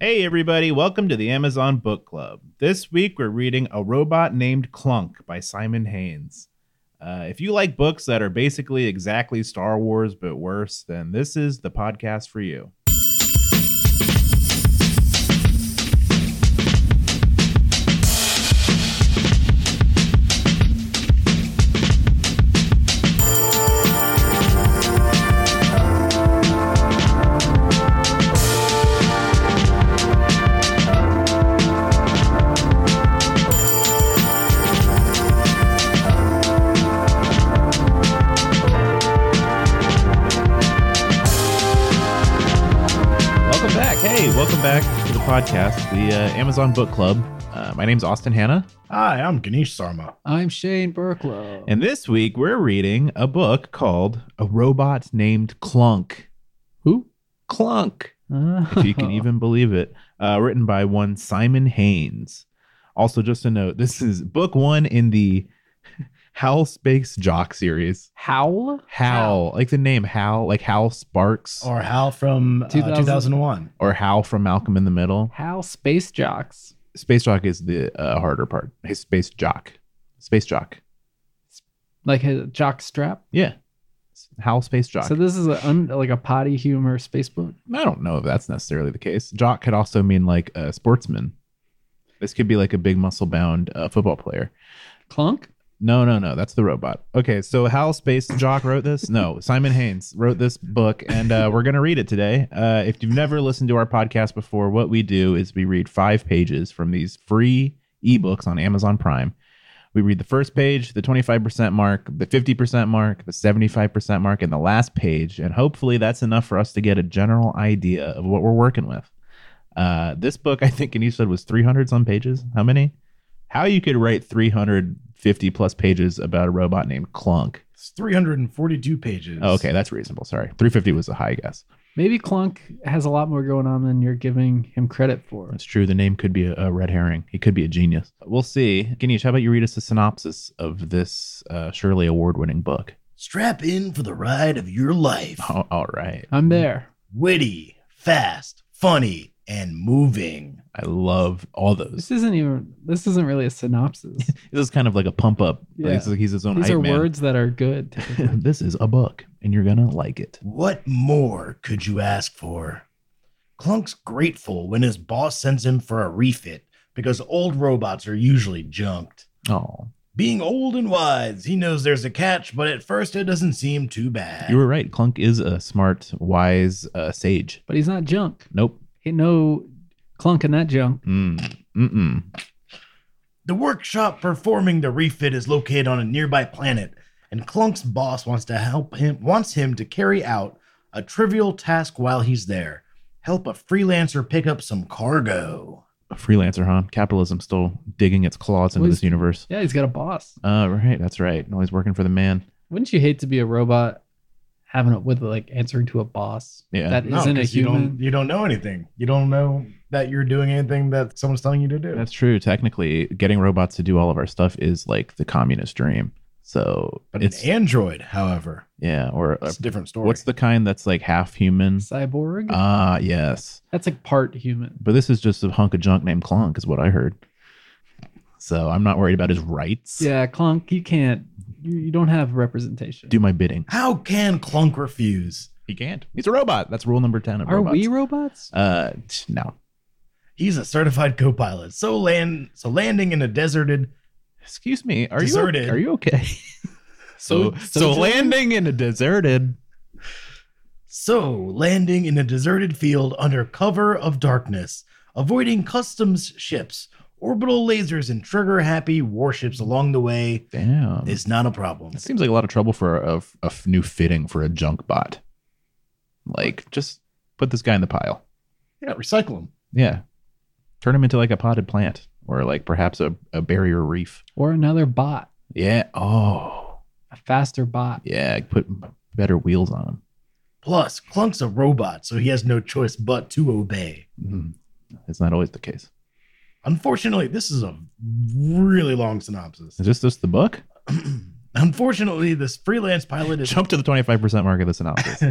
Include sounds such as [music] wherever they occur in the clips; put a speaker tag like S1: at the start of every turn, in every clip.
S1: Hey, everybody, welcome to the Amazon Book Club. This week we're reading A Robot Named Clunk by Simon Haynes. Uh, if you like books that are basically exactly Star Wars but worse, then this is the podcast for you. Welcome back. Hey, welcome back to the podcast, the uh, Amazon Book Club. Uh, my name's Austin Hanna,
S2: Hi, I'm Ganesh Sarma.
S3: I'm Shane Burklow.
S1: and this week we're reading a book called A Robot Named Clunk.
S3: who?
S1: Clunk.
S3: [laughs]
S1: if [laughs] you can even believe it. Uh, written by one Simon Haynes. Also, just a note: this is book one in the [laughs] Hal Space Jock series.
S3: howl.
S1: Hal, like the name Hal, like Hal Sparks or,
S2: Or Hal from uh,
S3: 2000.
S2: 2001.
S1: Hal from Malcolm in the Middle.
S3: Howl space jocks.
S1: Space Jock is the uh, harder part. Hey, Space Jock, Space Jock,
S3: Like a jock strap.
S1: yeah. Hal Space Jock.
S3: So this is a un, like a potty humor space book.
S1: I don't know if that's necessarily the case. Jock could also mean like a sportsman. This could be like a big muscle bound uh, football player.
S3: Clunk.
S1: No, no, no. That's the robot. Okay, so Hal Space Jock wrote this. No, Simon Haynes wrote this book, and uh, we're gonna read it today. Uh, if you've never listened to our podcast before, what we do is we read five pages from these free ebooks on Amazon Prime. We read the first page, the 25% mark, the 50% mark, the 75% mark, and the last page. And hopefully that's enough for us to get a general idea of what we're working with. Uh, this book, I think, and you said was 300 some pages. How many? How you could write 350 plus pages about a robot named Clunk.
S2: It's 342 pages.
S1: Oh, okay, that's reasonable. Sorry. 350 was a high guess.
S3: Maybe Clunk has a lot more going on than you're giving him credit for.
S1: That's true. The name could be a, a red herring. He could be a genius. We'll see. Ganesh, how about you read us a synopsis of this uh, Shirley Award winning book? [laughs]
S2: Strap in for the ride of your life.
S1: Oh, all right.
S3: I'm there.
S2: Witty, fast, funny, and moving.
S1: I love all those.
S3: This isn't even. This isn't really
S1: [laughs]
S3: a synopsis.
S1: This is kind of like a pump up.
S3: Yeah.
S1: Like, it's like he's his own
S3: These
S1: hype
S3: are
S1: man.
S3: words that are good. typically.
S1: [laughs] this is a book, and you're going to like it.
S2: What more could you ask for? Clunk's grateful when his boss sends him for a refit because old robots are usually junked.
S1: Oh,
S2: Being old and wise, he knows there's a catch, but at first it doesn't seem too bad.
S1: you were right. Clunk is a smart, wise uh, sage.
S3: but he's not junk.
S1: Nope.
S3: He no Clunk in that junk.
S1: Mm. Mm-mm.
S2: The workshop performing the refit is located on a nearby planet, and Clunk's boss wants to help him wants him to carry out a trivial task while he's there. Help a freelancer pick up some cargo.
S1: A freelancer, huh? Capitalism still digging its claws into
S3: Well,
S1: this
S3: he's-
S1: universe.
S3: Yeah, he's got a boss.
S1: Uh, right. That's right. Always working for the man.
S3: Wouldn't you hate to be a robot having it with like answering to a boss
S1: Yeah.
S3: that
S2: No,
S3: not a
S2: 'cause you don't
S3: human?
S2: you don't know anything. You don't know that you're doing anything that someone's telling you to do.
S1: That's true. Technically, getting robots to do all of our stuff is like the communist dream. So
S2: but
S1: it's
S2: an android, however,
S1: yeah. Or uh,
S2: it's a different story.
S1: what's the kind that's like half human?
S3: Cyborg?
S1: Ah, yes.
S3: That's like part human.
S1: But this is just a hunk of junk named Clunk, is what I heard. So I'm not worried about his rights.
S3: Yeah, Clunk, you can't. You, you don't have representation.
S1: Do my bidding.
S2: How can Clunk refuse?
S1: He can't. He's a robot. That's rule number ten of
S3: Are
S1: robots.
S3: we robots?
S1: Uh, t- no.
S2: He's a certified co-pilot. So land so landing in a deserted
S1: Excuse me. Are
S2: Deserted.
S1: you are you okay? so
S3: So-
S1: so
S3: so-
S1: landing in a deserted.
S2: So, landing in a deserted field under cover of darkness, avoiding customs ships, orbital lasers, and trigger happy warships along the way
S1: Damn.
S2: is not a problem.
S1: That seems like a lot of trouble for a, a f- new fitting for a junk bot. Like, just put this guy in the pile.
S2: Yeah, recycle them.
S1: Yeah. Turn him into like a potted plant or like perhaps a, a barrier reef.
S3: Or another bot?
S1: Yeah. Oh,
S3: A faster bot?
S1: yeah. Put better wheels on him.
S2: Plus, Clunk's a robot, so he has no choice but to obey.
S1: Mhm. It's not always the case.
S2: Unfortunately, this is a really long synopsis. [clears throat]
S1: Is this just the book? [laughs]
S2: Unfortunately, this freelance pilot is
S1: Jump to the 25% mark of the synopsis.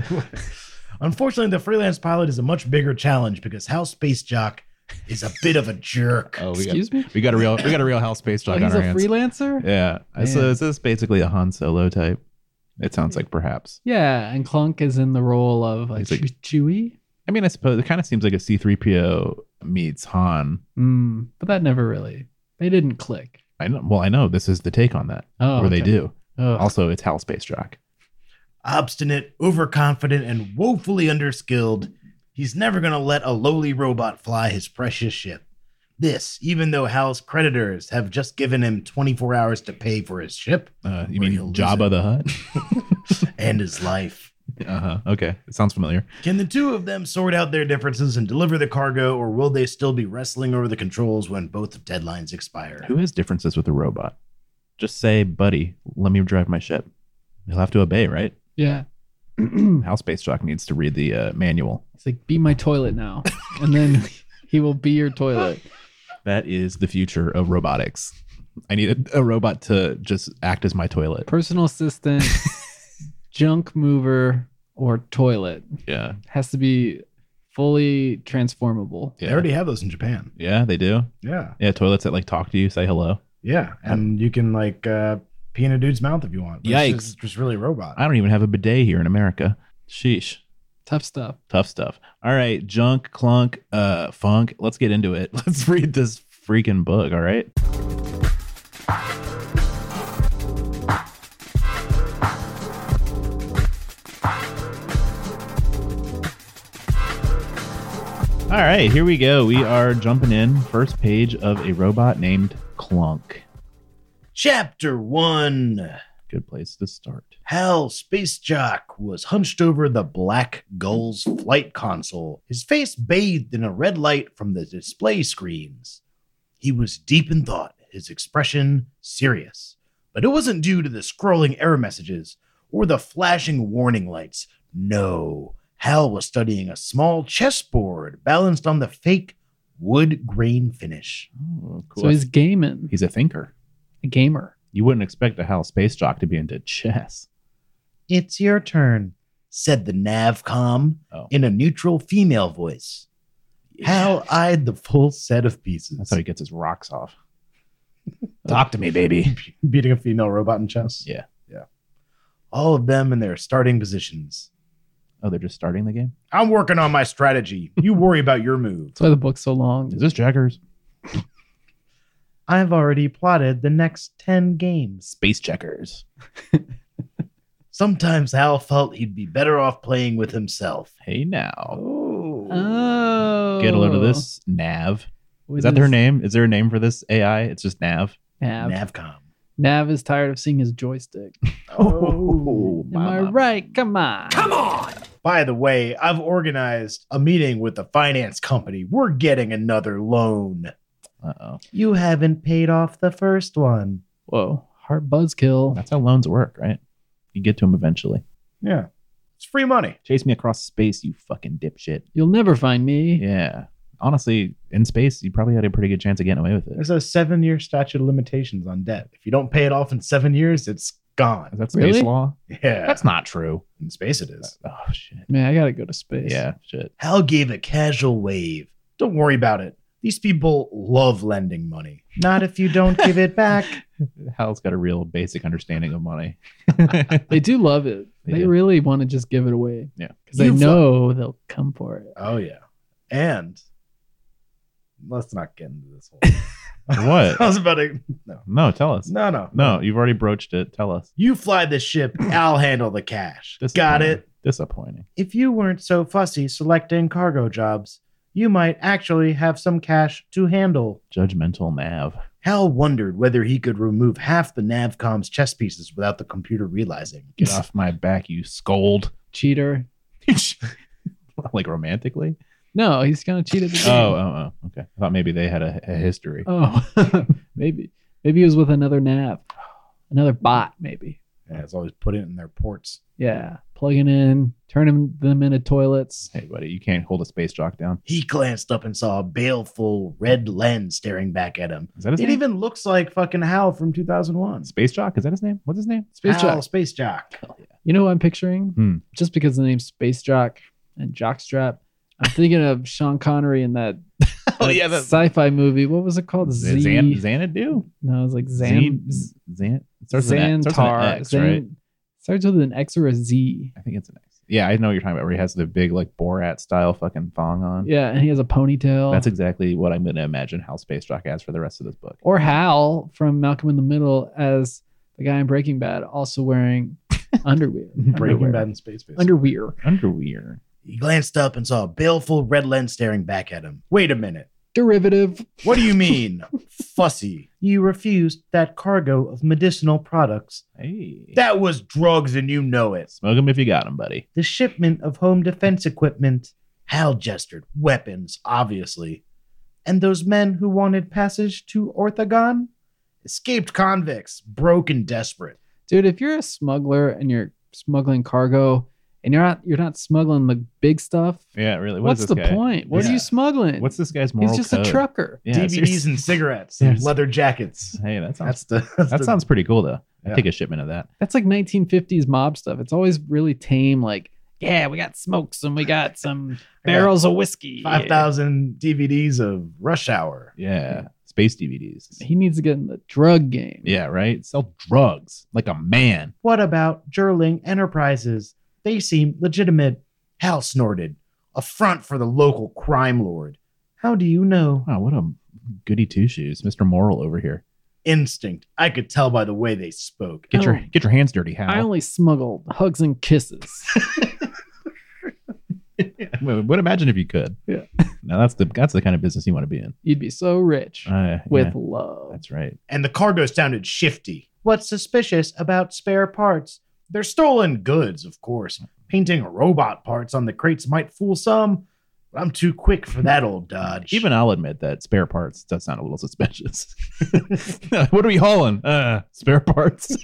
S2: [laughs] Unfortunately, the freelance pilot is a much bigger challenge because Hal Space Jock is a bit of a jerk.
S1: Oh, we got,
S3: Excuse me?
S1: we got a real we got a real house space
S3: Oh,
S1: jock
S3: he's
S1: on
S3: a
S1: our hands.
S3: freelancer?
S1: yeah. So
S3: Man.
S1: is this basically a Han Solo type? It sounds like perhaps.
S3: Yeah, and Clunk is in the role of like,
S1: He's like-
S3: Chew- Chewie.
S1: I mean, I suppose it kind of seems like a C3PO meets Han.
S3: Mm, but that never really. They didn't click.
S1: I know, well, I know this is the take on that,
S3: Oh,
S1: or they
S3: okay.
S1: do.
S3: Ugh.
S1: Also, it's Hal Space Jock.
S2: Obstinate, overconfident, and woefully underskilled, he's never going to let a lowly robot fly his precious ship. This, even though Hal's creditors have just given him 24 hours to pay for his ship
S1: Uh, you
S2: Or
S1: mean
S2: he'll lose
S1: Jabba
S2: it.
S1: the Hutt?
S2: [laughs]
S1: [laughs]
S2: and his life.
S1: uh huh. Okay, it sounds familiar.
S2: Can the two of them sort out their differences and deliver the cargo, or will they still be wrestling over the controls when both deadlines expire?
S1: Who has differences with a robot? Just say, buddy, let me drive my ship. He'll have to obey, right?
S3: Yeah. [clears throat] He's
S1: Hal Space Jock needs to read the uh, manual.
S3: like, be my toilet now. [laughs] And then he will be your toilet.
S1: That is the future of robotics. I need a, a robot to just act as my toilet. [laughs]
S3: Personal assistant, junk mover, or toilet.
S1: Yeah.
S3: Has to be fully transformable.
S1: Yeah.
S2: They already have those in Japan.
S1: yeah, they do.
S2: Yeah.
S1: Yeah, toilets that like talk to you, say hello.
S2: Yeah. And you can like uh pee in a dude's mouth if you want. It's
S1: Yikes.
S2: just, just really robot.
S1: I don't even have a bidet here in America. Sheesh.
S3: Tough stuff.
S1: Tough stuff. All right, junk, clunk, uh, funk. Let's get into it. [laughs] Let's read this freaking book. All right. All right, here we go. We are jumping in. First page of a robot named Clunk.
S2: Chapter one
S1: Good place to start.
S2: Hal Space Jock was hunched over the Black Gull's flight console, his face bathed in a red light from the display screens. He was deep in thought, his expression serious. But it wasn't due to the scrolling error messages or the flashing warning lights. No, Hal was studying a small chessboard balanced on the fake wood grain finish.
S1: Oh, cool.
S3: So he's gaming.
S1: he's a thinker.
S3: a gamer.
S1: You wouldn't expect a Hal Space Jock to be into chess.
S2: It's your turn, said the navcom
S1: Oh.
S2: in a neutral female voice. Hal eyed the full set of
S1: That's
S2: pieces.
S1: how he gets his rocks
S3: [laughs]
S1: off. Talk to me, baby.
S2: Beating a female robot in chess.
S1: Yeah.
S2: Yeah. All of them in their starting positions.
S1: Oh, they're just starting the game?
S2: I'm working on my strategy. [laughs] You worry about your move.
S3: That's why the book's so long.
S1: Is this checkers?
S2: I've already plotted the next 10 games.
S1: Space checkers.
S2: Sometimes Hal felt he'd be better off playing with himself.
S1: Hey now.
S3: Oh.
S1: Get a load of this. Nav.
S3: With
S1: Is that their
S3: his
S1: name? Is there a name for this AI? It's just Nav.
S3: Nav. Nav.
S2: Navcom.
S3: is tired of seeing his joystick.
S1: Oh,
S3: Am I right? Come on. Come on.
S2: By the way, I've organized a meeting with the finance company. We're getting another loan.
S1: Uh oh.
S2: You haven't paid off the first one.
S3: Whoa. Heart buzzkill.
S1: That's how loans work, right? You get to them eventually.
S2: Yeah. It's free money.
S1: Chase me across space, you fucking dipshit.
S3: You'll never find me.
S1: Yeah. Honestly, in space, you probably had a pretty good chance of getting away with it. Is
S2: There's a seven year statute of limitations on debt. If you don't pay it off in seven years, it's gone.
S1: that space
S3: Really?
S1: law?
S2: Yeah.
S1: That's not true.
S2: in space, it is.
S1: Oh, shit.
S3: Man, I gotta go to space.
S1: Yeah, shit.
S2: Hal gave a casual wave. Don't worry about it. These people love lending money. Not if you don't give it back.
S1: Hal's got a real basic understanding of money.
S3: They do love it.
S1: They
S3: They,
S1: do.
S3: really want to just give it away
S1: yeah.
S3: because they
S2: You've-
S3: know they'll come for it.
S2: [laughs] Oh, yeah. And let's not get into [laughs] this whole
S1: What?
S2: I was about to. No.
S1: No, tell us.
S2: No, no.
S1: No, you've already broached it. Tell us.
S2: You fly the
S3: [clears throat]
S2: ship, I'll handle the cash. Got
S1: Disappointing.
S2: it?
S1: Disappointing.
S2: If you weren't so fussy selecting cargo jobs, you might actually have some cash to handle.
S1: Judgmental Nav.
S2: Hal wondered whether he could remove half the Navcom's chess pieces without the computer
S3: [laughs]
S2: realizing.
S1: Get off my back, you scold. [laughs]
S3: Cheater.
S1: like romantically?
S3: No, he's gonna cheat at the
S1: Oh,
S3: game.
S1: oh, oh. Okay. I thought maybe they had a, a history.
S3: Oh. [laughs] maybe. Maybe he was with another nav. Another bot, maybe.
S2: Yeah, it's always put it in their ports.
S3: Yeah. Plugging in, turning them into toilets.
S1: Hey, buddy, you can't hold a space jock down.
S2: He glanced up and saw a baleful red lens staring back at him.
S1: Is that his
S2: It
S1: name?
S2: even looks like fucking Hal from 2001.
S1: space jock? Is that his name? What's his name?
S3: Space
S2: Hal
S3: Jock.
S2: Space Jock.
S3: You know who I'm picturing?
S1: Hmm.
S3: Just because the name Space Jock, and jockstrap. I'm thinking of Sean Connery in that,
S1: [laughs] Oh,
S3: that
S1: yeah, that-
S3: sci-fi movie. What was it called? Z.
S1: Xan- Xanadu?
S3: no, it was like Zan.
S1: Zan- Zan- it starts with an- starts with an
S3: Xantar.
S1: X,
S3: Xan-
S1: right?
S3: Starts with an X or a Z.
S1: I think it's an X. Yeah, I know what you're talking about. Where he has the big like Borat style fucking thong on.
S3: Yeah, and he has a ponytail.
S1: That's exactly what I'm going to imagine how Space Jock has for the rest of this book.
S3: or Hal from Malcolm in the Middle as the guy in Breaking Bad,
S1: [laughs]
S3: also wearing underwear.
S2: Breaking
S3: Underwear.
S2: Bad in space. Basically.
S3: Underwear.
S1: Underwear.
S2: He glanced up and saw a baleful red lens staring back at him. Wait a minute.
S3: Derivative.
S2: What do you mean, [laughs] fussy? You refused that cargo of medicinal products.
S1: Hey,
S2: That was drugs and you know it.
S1: smoke him if you got him, buddy.
S2: The shipment of home defense equipment. Hal gestured. Weapons, obviously. And those men who wanted passage to Orthogon? Escaped convicts, broke and desperate.
S3: Dude, if you're a smuggler and you're smuggling cargo and you're not you're not smuggling the big stuff,
S1: Yeah, really. what is
S3: what's the
S1: this guy?
S3: point? What are
S2: Yeah.
S3: you smuggling?
S1: What's this guy's moral
S3: He's just
S1: code?
S3: a trucker.
S1: Yeah,
S2: DVDs
S1: seriously. [laughs]
S2: and cigarettes,
S1: Yeah,
S2: and
S1: it's-
S2: leather jackets.
S1: Hey, that sounds
S2: That's the. [laughs] That's
S1: that
S2: the-
S1: sounds pretty cool though.
S2: Yeah.
S1: I take a shipment of that.
S3: That's like 1950s mob stuff. It's always really tame like yeah, we got smokes and we
S1: [laughs]
S3: got some
S2: I got
S3: barrels of whiskey.
S2: 5,000 DVDs of Rush Hour.
S1: Yeah, space DVDs.
S3: He needs to get in the drug game.
S1: Yeah, right. Sell drugs like a man.
S2: What about Gerling Enterprises? They seem legitimate. Hal snorted. A front for the local crime lord. How do you know?
S1: Wow, what a goody two shoes, Mister Moral over here.
S2: Instinct. I could tell by the way they spoke.
S1: Get your
S3: Oh.
S1: get your hands dirty, Hal.
S3: I only smuggled hugs and kisses.
S1: Would would imagine if you could.
S3: Yeah.
S1: Now that's the that's the kind of business you want to be in.
S3: You'd be so rich
S1: Uh,
S3: with
S1: yeah,
S3: love.
S1: that's right.
S2: And the cargo sounded shifty. What's suspicious about spare parts? They're stolen goods, of course. Painting robot parts on the crates might fool some, but I'm too quick for that old dodge.
S1: Even I'll admit that spare parts does sound a little suspicious. [laughs] what are we hauling? Uh, spare parts.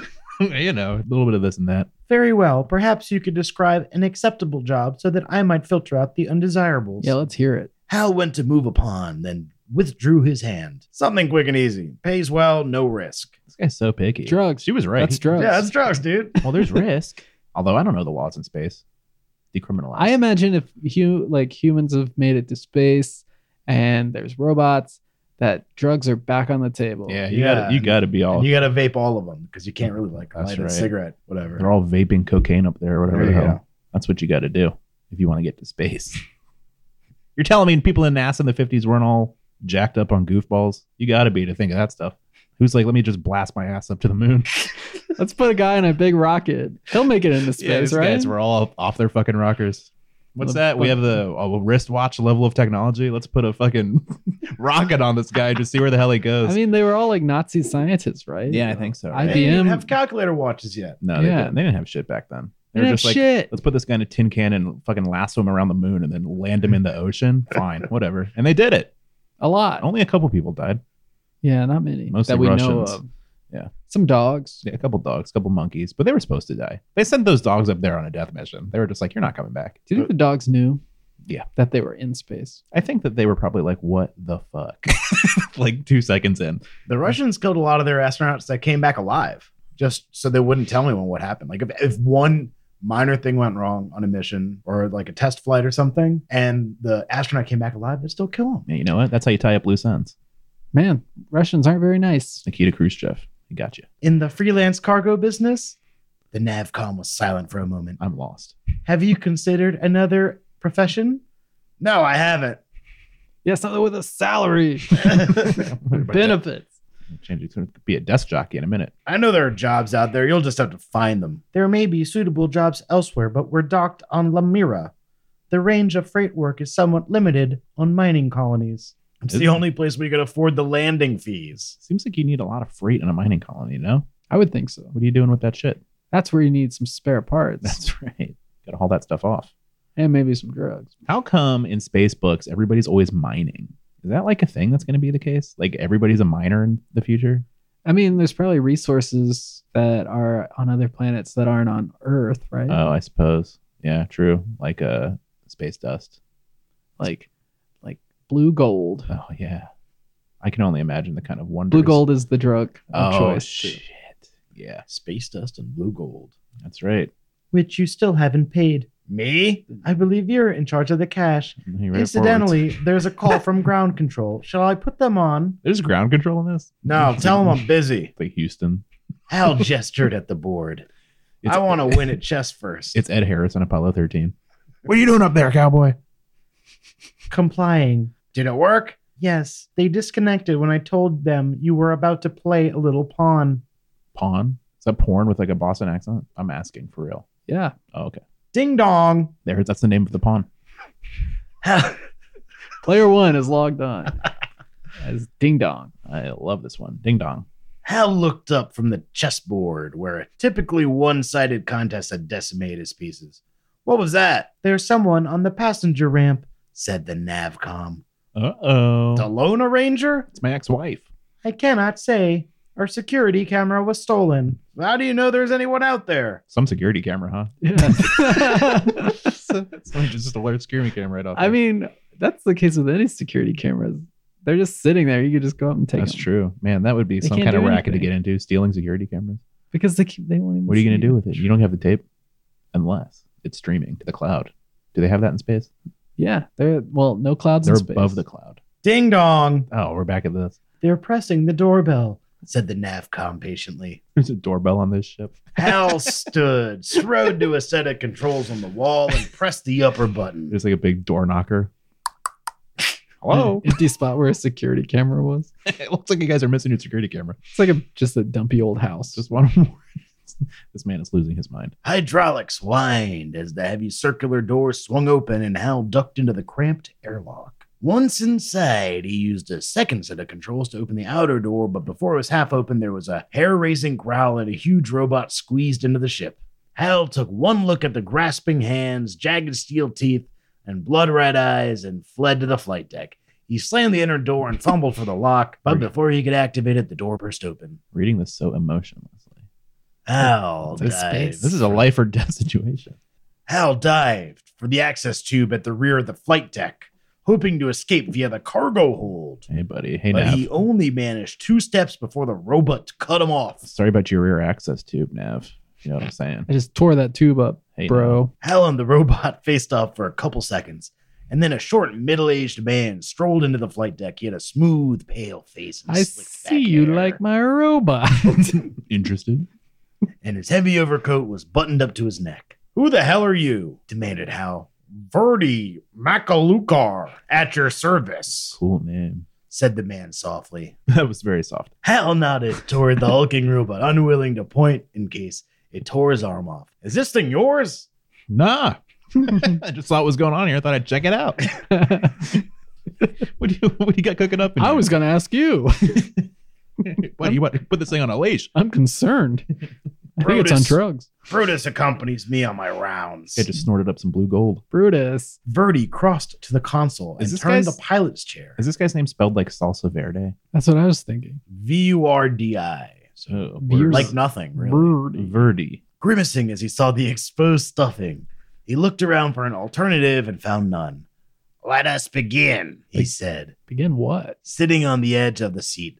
S1: [laughs] you know, a little bit of this and that.
S2: Very well. Perhaps you could describe an acceptable job so that I might filter out the undesirables.
S3: Yeah, let's hear it.
S2: Hal went to move upon, then withdrew his hand. Something quick and easy. Pays well, no risk.
S1: This guy's so picky.
S3: Drugs.
S1: She was right.
S3: That's drugs.
S2: Yeah, that's drugs, dude.
S1: well, there's risk. Although I don't know the laws in space. Decriminalized.
S3: I imagine if hu- like humans have made it to space and there's robots, that drugs are back on the table.
S1: Yeah, you
S2: Yeah.
S1: gotta you gotta be all.
S2: And you gotta vape all of them because you can't really like
S1: That's
S2: light a
S1: right.
S2: cigarette, whatever.
S1: they're all vaping cocaine up there, or whatever
S2: There
S1: the
S2: you
S1: hell.
S2: go.
S1: That's what you got to do if you want to get to space. [laughs] You're telling me people in NASA in the 50s weren't all jacked up on goofballs? You got to be to think of that stuff. Who's like, let me just blast my ass up to the moon? [laughs]
S3: Let's put a guy in a big rocket. He'll
S1: [laughs]
S3: make it into space,
S1: these
S3: right?
S1: Guys, we're all off their fucking rockers. What's
S3: The
S1: that? We
S3: fuck-
S1: have the a wristwatch level of technology. Let's put a fucking [laughs] rocket on this guy to see where the hell he goes.
S3: I mean, they were all like Nazi scientists, right?
S1: yeah, I think so. right?
S3: I
S2: They didn't even
S3: IBM.
S2: have calculator watches yet.
S1: no, they,
S3: Yeah.
S1: didn't. they didn't have shit back then. They
S3: They
S1: were
S3: have
S1: just like,
S3: shit.
S1: let's put this guy in a tin can and fucking lasso him around the moon and then land him in the ocean. Fine, whatever. And they did it.
S3: a lot.
S1: Only a couple people died.
S3: yeah, not many
S1: Oh. Mostly
S3: that we
S1: Russians.
S3: know of.
S1: Yeah.
S3: some dogs.
S1: Yeah, a couple dogs, a couple monkeys, but they were supposed to die. They sent those dogs up there on a death mission. They were just like, you're not coming back.
S3: Do you think the dogs knew?
S1: Yeah.
S3: that they were in space.
S1: I think that they were probably like, what the fuck? [laughs] like two seconds in.
S2: The Russians killed a lot of their astronauts that came back alive just so they wouldn't tell anyone what happened. Like if, if one minor thing went wrong on a mission or like a test flight or something and the astronaut came back alive, they'd still kill him.
S1: Yeah, you know what? That's how you tie up loose ends.
S3: Man, Russians aren't very nice.
S1: Nikita Khrushchev. He got you.
S2: in the freelance cargo business? The Navcom was silent for a moment.
S1: I'm lost.
S2: Have you considered another profession? No, I [laughs] haven't.
S3: Yeah, something with a [laughs] salary, benefits.
S1: Change it to be a desk jockey in a minute.
S2: I know there are jobs out there. You'll just have to find them. There may be suitable jobs elsewhere, but we're docked on Lamira. The range of freight work is somewhat limited on mining colonies. It's
S1: Is
S2: the
S1: it?
S2: only place we could afford the landing fees.
S1: Seems like you need a lot of freight in a mining colony, you know?
S3: I would think so.
S1: What are you doing with that shit? [laughs]
S3: That's where you need some spare parts
S1: That's right. Gotta haul that stuff off.
S3: and maybe some drugs.
S1: How come in space books everybody's always mining? Is that like a thing that's gonna be the case? Like everybody's a miner in the future?
S3: I mean, there's probably resources that are on other planets that aren't on Earth, right?
S1: Oh, I suppose. Yeah, true. Like uh space dust.
S3: like, like blue gold.
S1: Oh yeah. I can only imagine the kind of wonders.
S3: Blue gold is the drug of
S1: Oh
S3: choice. too.
S1: shit. Yeah,
S2: Space dust and blue gold,
S1: that's right.
S2: which you still haven't paid. Me? I believe you're in charge of the cash.
S1: He read it
S2: Incidentally,
S1: forwards.
S2: there's a call [laughs] from ground control. Shall I put them on?
S1: there's ground control in this. [laughs]
S2: No, tell them I'm busy.
S1: Like Houston.
S2: Hal gestured at the board.
S1: It's-
S2: I want [laughs] to win at chess
S1: [laughs]
S2: first.
S1: It's Ed Harris on Apollo 13. What are you doing up there, cowboy?
S2: complying. Did it work? Yes, they disconnected when I told them you were about to play a little pawn.
S1: Pawn? Is that porn with like a Boston accent? I'm asking for real.
S3: Yeah.
S1: Oh, okay.
S2: Ding dong.
S1: There, that's the name of the pawn.
S3: Player one is
S1: [laughs]
S3: logged on as Ding Dong.
S1: I love this one. Ding dong.
S2: Hal looked up from the chessboard, where a typically one sided contest had decimated his pieces. What was that? There's someone on the passenger ramp, said the Navcom.
S1: Uh
S2: The
S1: oh.
S2: Lone Ranger?
S1: It's my ex-wife.
S2: I cannot say. Our security camera was stolen. How do you know there's anyone out there?
S1: Some security camera,
S3: [laughs]
S1: huh?
S3: Yeah.
S1: Somebody just alert security camera right off.
S3: I mean, that's the case with any security cameras. They're just sitting there. You could just go up and take
S1: that's
S3: them.
S1: true. Man, that would be
S3: They
S1: some
S3: can't
S1: kind of
S3: do
S1: racket to
S3: anything.
S1: get into, stealing security cameras.
S3: because they keep, they won't even.
S1: What are you going
S3: see
S1: to do with it? You don't have the tape unless it's streaming to the cloud. Do they have that in space?
S3: Yeah, they're well, no clouds.
S1: They're
S3: in space.
S1: above the cloud.
S2: Ding dong.
S1: Oh, we're back at this.
S2: They're pressing the doorbell, said the Navcom patiently.
S1: [laughs] There's a doorbell on this ship.
S2: Hal stood, strode to a set of controls on the wall, and pressed the upper button.
S1: There's like a big door knocker.
S3: [laughs]
S1: Hello. [laughs]
S3: An empty spot where a security camera was.
S1: it looks like you guys are missing your security camera.
S3: It's like a just a dumpy old house.
S1: Just one more. [laughs] this man is losing his mind.
S2: Hydraulics whined as the heavy circular door swung open and Hal ducked into the cramped airlock. Once inside, he used a second set of controls to open the outer door, but before it was half open, there was a hair raising growl and a huge robot squeezed into the ship. Hal took one look at the grasping hands, jagged steel teeth, and blood red eyes and fled to the flight deck. He slammed the inner door and fumbled for the lock, but before he could activate it, the door burst open.
S1: Reading this so emotionlessly.
S2: Hal
S3: This
S2: dived.
S3: space.
S1: This is a life or death situation.
S2: Hal dived for the access tube at the rear of the flight deck, hoping to escape via the cargo hold.
S1: Hey, buddy. Hey,
S2: but
S1: Nav.
S2: he only managed two steps before the robot cut him off.
S1: Sorry about your rear access tube, Nav. You know what I'm saying?
S3: I just tore that tube up,
S1: Hey, Nav.
S3: bro.
S2: Hal and the robot [laughs] faced off for a couple seconds, and then a short, middle aged man strolled into the flight deck. He had a smooth, pale face and
S3: I
S2: slicked
S3: see you like my
S1: [laughs]
S3: robot.
S1: Interested?
S2: and his heavy overcoat was buttoned up to his neck. Who the hell are you? demanded Hal. Verdi Makalukar, at your service,
S1: Cool name. [laughs]
S2: said the man softly.
S1: That was very soft.
S2: Hal nodded toward the hulking robot, unwilling to point in case it tore his arm off. Is this thing yours?
S1: Nah. I just saw what was going on here. I thought I'd check it
S3: [laughs]
S1: out. What do you what do you got cooking up? in
S3: I
S1: here? [laughs]
S3: was gonna ask you.
S1: what you want put this thing on a leash.
S3: I'm concerned. I think it's on
S2: Brutus.
S3: drugs.
S2: Brutus accompanies me on my rounds.
S1: It just snorted up some blue gold.
S3: Brutus.
S2: Verdi crossed to the console
S1: Is
S2: and
S1: this
S2: turned
S1: guy's-
S2: the pilot's chair.
S1: Is this guy's name spelled like salsa verde?
S3: That's what I was thinking.
S2: V U R D I.
S1: So
S3: Beers.
S2: Like nothing, really.
S3: Brutus.
S1: Verdi.
S2: Grimacing as he saw the exposed stuffing, he looked around for an alternative and found none. Let us begin, he
S1: Like-
S2: said.
S3: Begin what?
S2: sitting on the edge of the seat.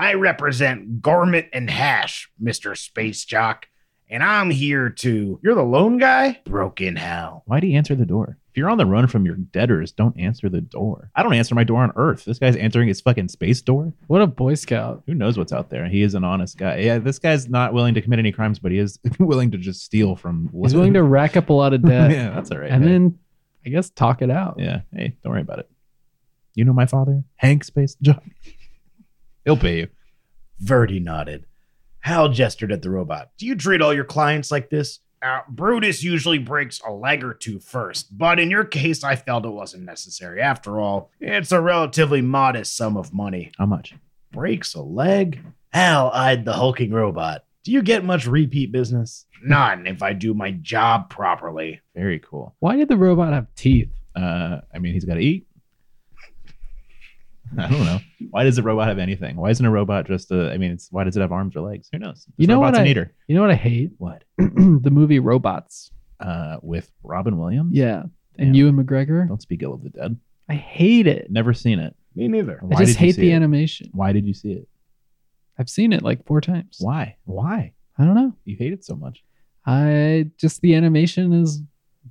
S2: I represent Garment and Hash, Mr. Space Jock, and I'm here to. You're the lone guy? Broke in Hal.
S1: Why'd he answer the door? If you're on the run from your debtors, don't answer the door. I don't answer my door on Earth. This guy's answering his fucking space door.
S3: What a Boy Scout.
S1: Who knows what's out there? He is an honest guy. Yeah, this guy's not willing to commit any crimes, but he is [laughs] willing to just steal from. [laughs]
S3: He's willing to rack up a lot of debt
S1: yeah, that's all right.
S3: and
S1: Hey.
S3: then I guess talk it out.
S1: Yeah. Hey, don't worry about it. You know my father, Hank Space Jock. [laughs] He'll pay you.
S2: Verdi nodded. Hal gestured at the robot. Do you treat all your clients like this? Uh, Brutus usually breaks a leg or two first, but in your case, I felt it wasn't necessary. After all, it's a relatively modest sum of money.
S1: How much?
S2: breaks a leg. Hal eyed the hulking robot. Do you get much repeat business? None if I do my job properly.
S1: Very cool.
S3: Why did the robot have teeth?
S1: Uh, I mean, he's got to eat. I don't know. Why does a robot have anything? Why isn't a robot just a? I mean, it's why does it have arms or legs? Who knows?
S3: You
S1: This
S3: know what
S1: robot's an
S3: I-
S1: eater.
S3: You know what I hate? [clears throat]
S1: What?
S3: the movie Robots.
S1: Uh, with Robin Williams.
S3: Yeah. And
S1: Damn.
S3: you and McGregor.
S1: Don't speak ill of the dead.
S3: I hate it.
S1: Never seen it.
S2: Me neither.
S1: Why
S3: I just
S1: did you
S3: hate
S1: see
S3: the
S1: it?
S3: animation.
S1: Why did you see it?
S3: I've seen it like four times.
S1: Why? Why
S3: I don't know.
S1: you hate it so much?
S3: I just the animation is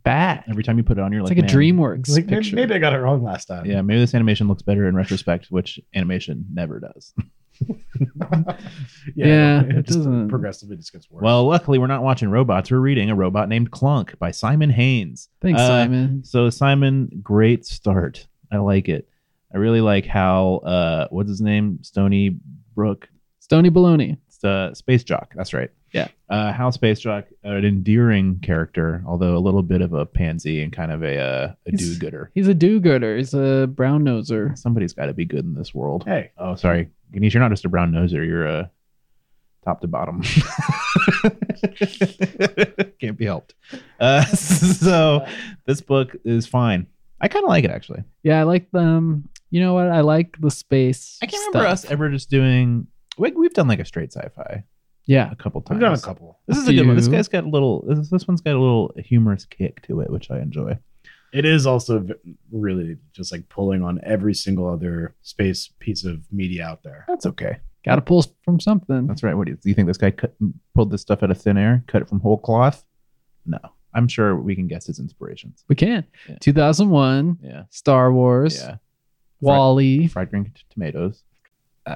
S3: bad.
S1: Every time you put it on, you're
S3: It's
S1: like,
S3: like a
S1: "Man,
S3: DreamWorks
S2: Like, maybe,
S3: picture.
S2: maybe I got it wrong last time. [laughs]
S1: Yeah, maybe this animation looks better in retrospect, which animation never does. [laughs]
S3: Yeah, it
S2: just
S3: doesn't-
S2: progressively just gets worse.
S1: Well, luckily, we're not watching robots. We're reading a robot named Clunk by Simon Haynes.
S3: Thanks,
S1: Uh,
S3: Simon.
S1: So, Simon, great start. I like it. I really like how, uh, what's his name? Stony Brook,
S3: Stony Baloney.
S1: it's the Space Jock. That's right.
S3: Yeah.
S1: Uh, how Space Jock, an endearing character, although a little bit of a pansy and kind of a, uh, a
S3: He's-
S1: do gooder.
S3: He's a do-gooder. He's a brown noser.
S1: Somebody's got to be good in this world.
S2: hey,
S1: Oh, sorry, Ganesh, you're not just a brown noser. You're a top to bottom. [laughs] Can't be helped. Uh, [laughs] so this book is fine. I kind of like it actually.
S3: Yeah, I like them. You know what? I like the space.
S1: I can't remember
S3: stuff.
S1: us ever just doing. We, we've done like a straight sci-fi
S3: Yeah,
S1: a couple times.
S2: we've done a couple.
S1: This is a good one. This
S3: few.
S1: guy's got a little. This, this one's got a little humorous kick to it, which I enjoy.
S2: It is also v- really just like pulling on every single other space piece of media out there.
S1: That's okay.
S3: got to pull from something.
S1: That's right. What do you, do you think? This guy cut, pulled this stuff out of thin air, cut it from whole cloth. No, I'm sure we can guess his inspirations.
S3: We can.
S1: Yeah.
S3: 2001,
S1: Yeah.
S3: Star Wars,
S1: Yeah.
S3: Wally.
S1: fried green t- tomatoes. Uh,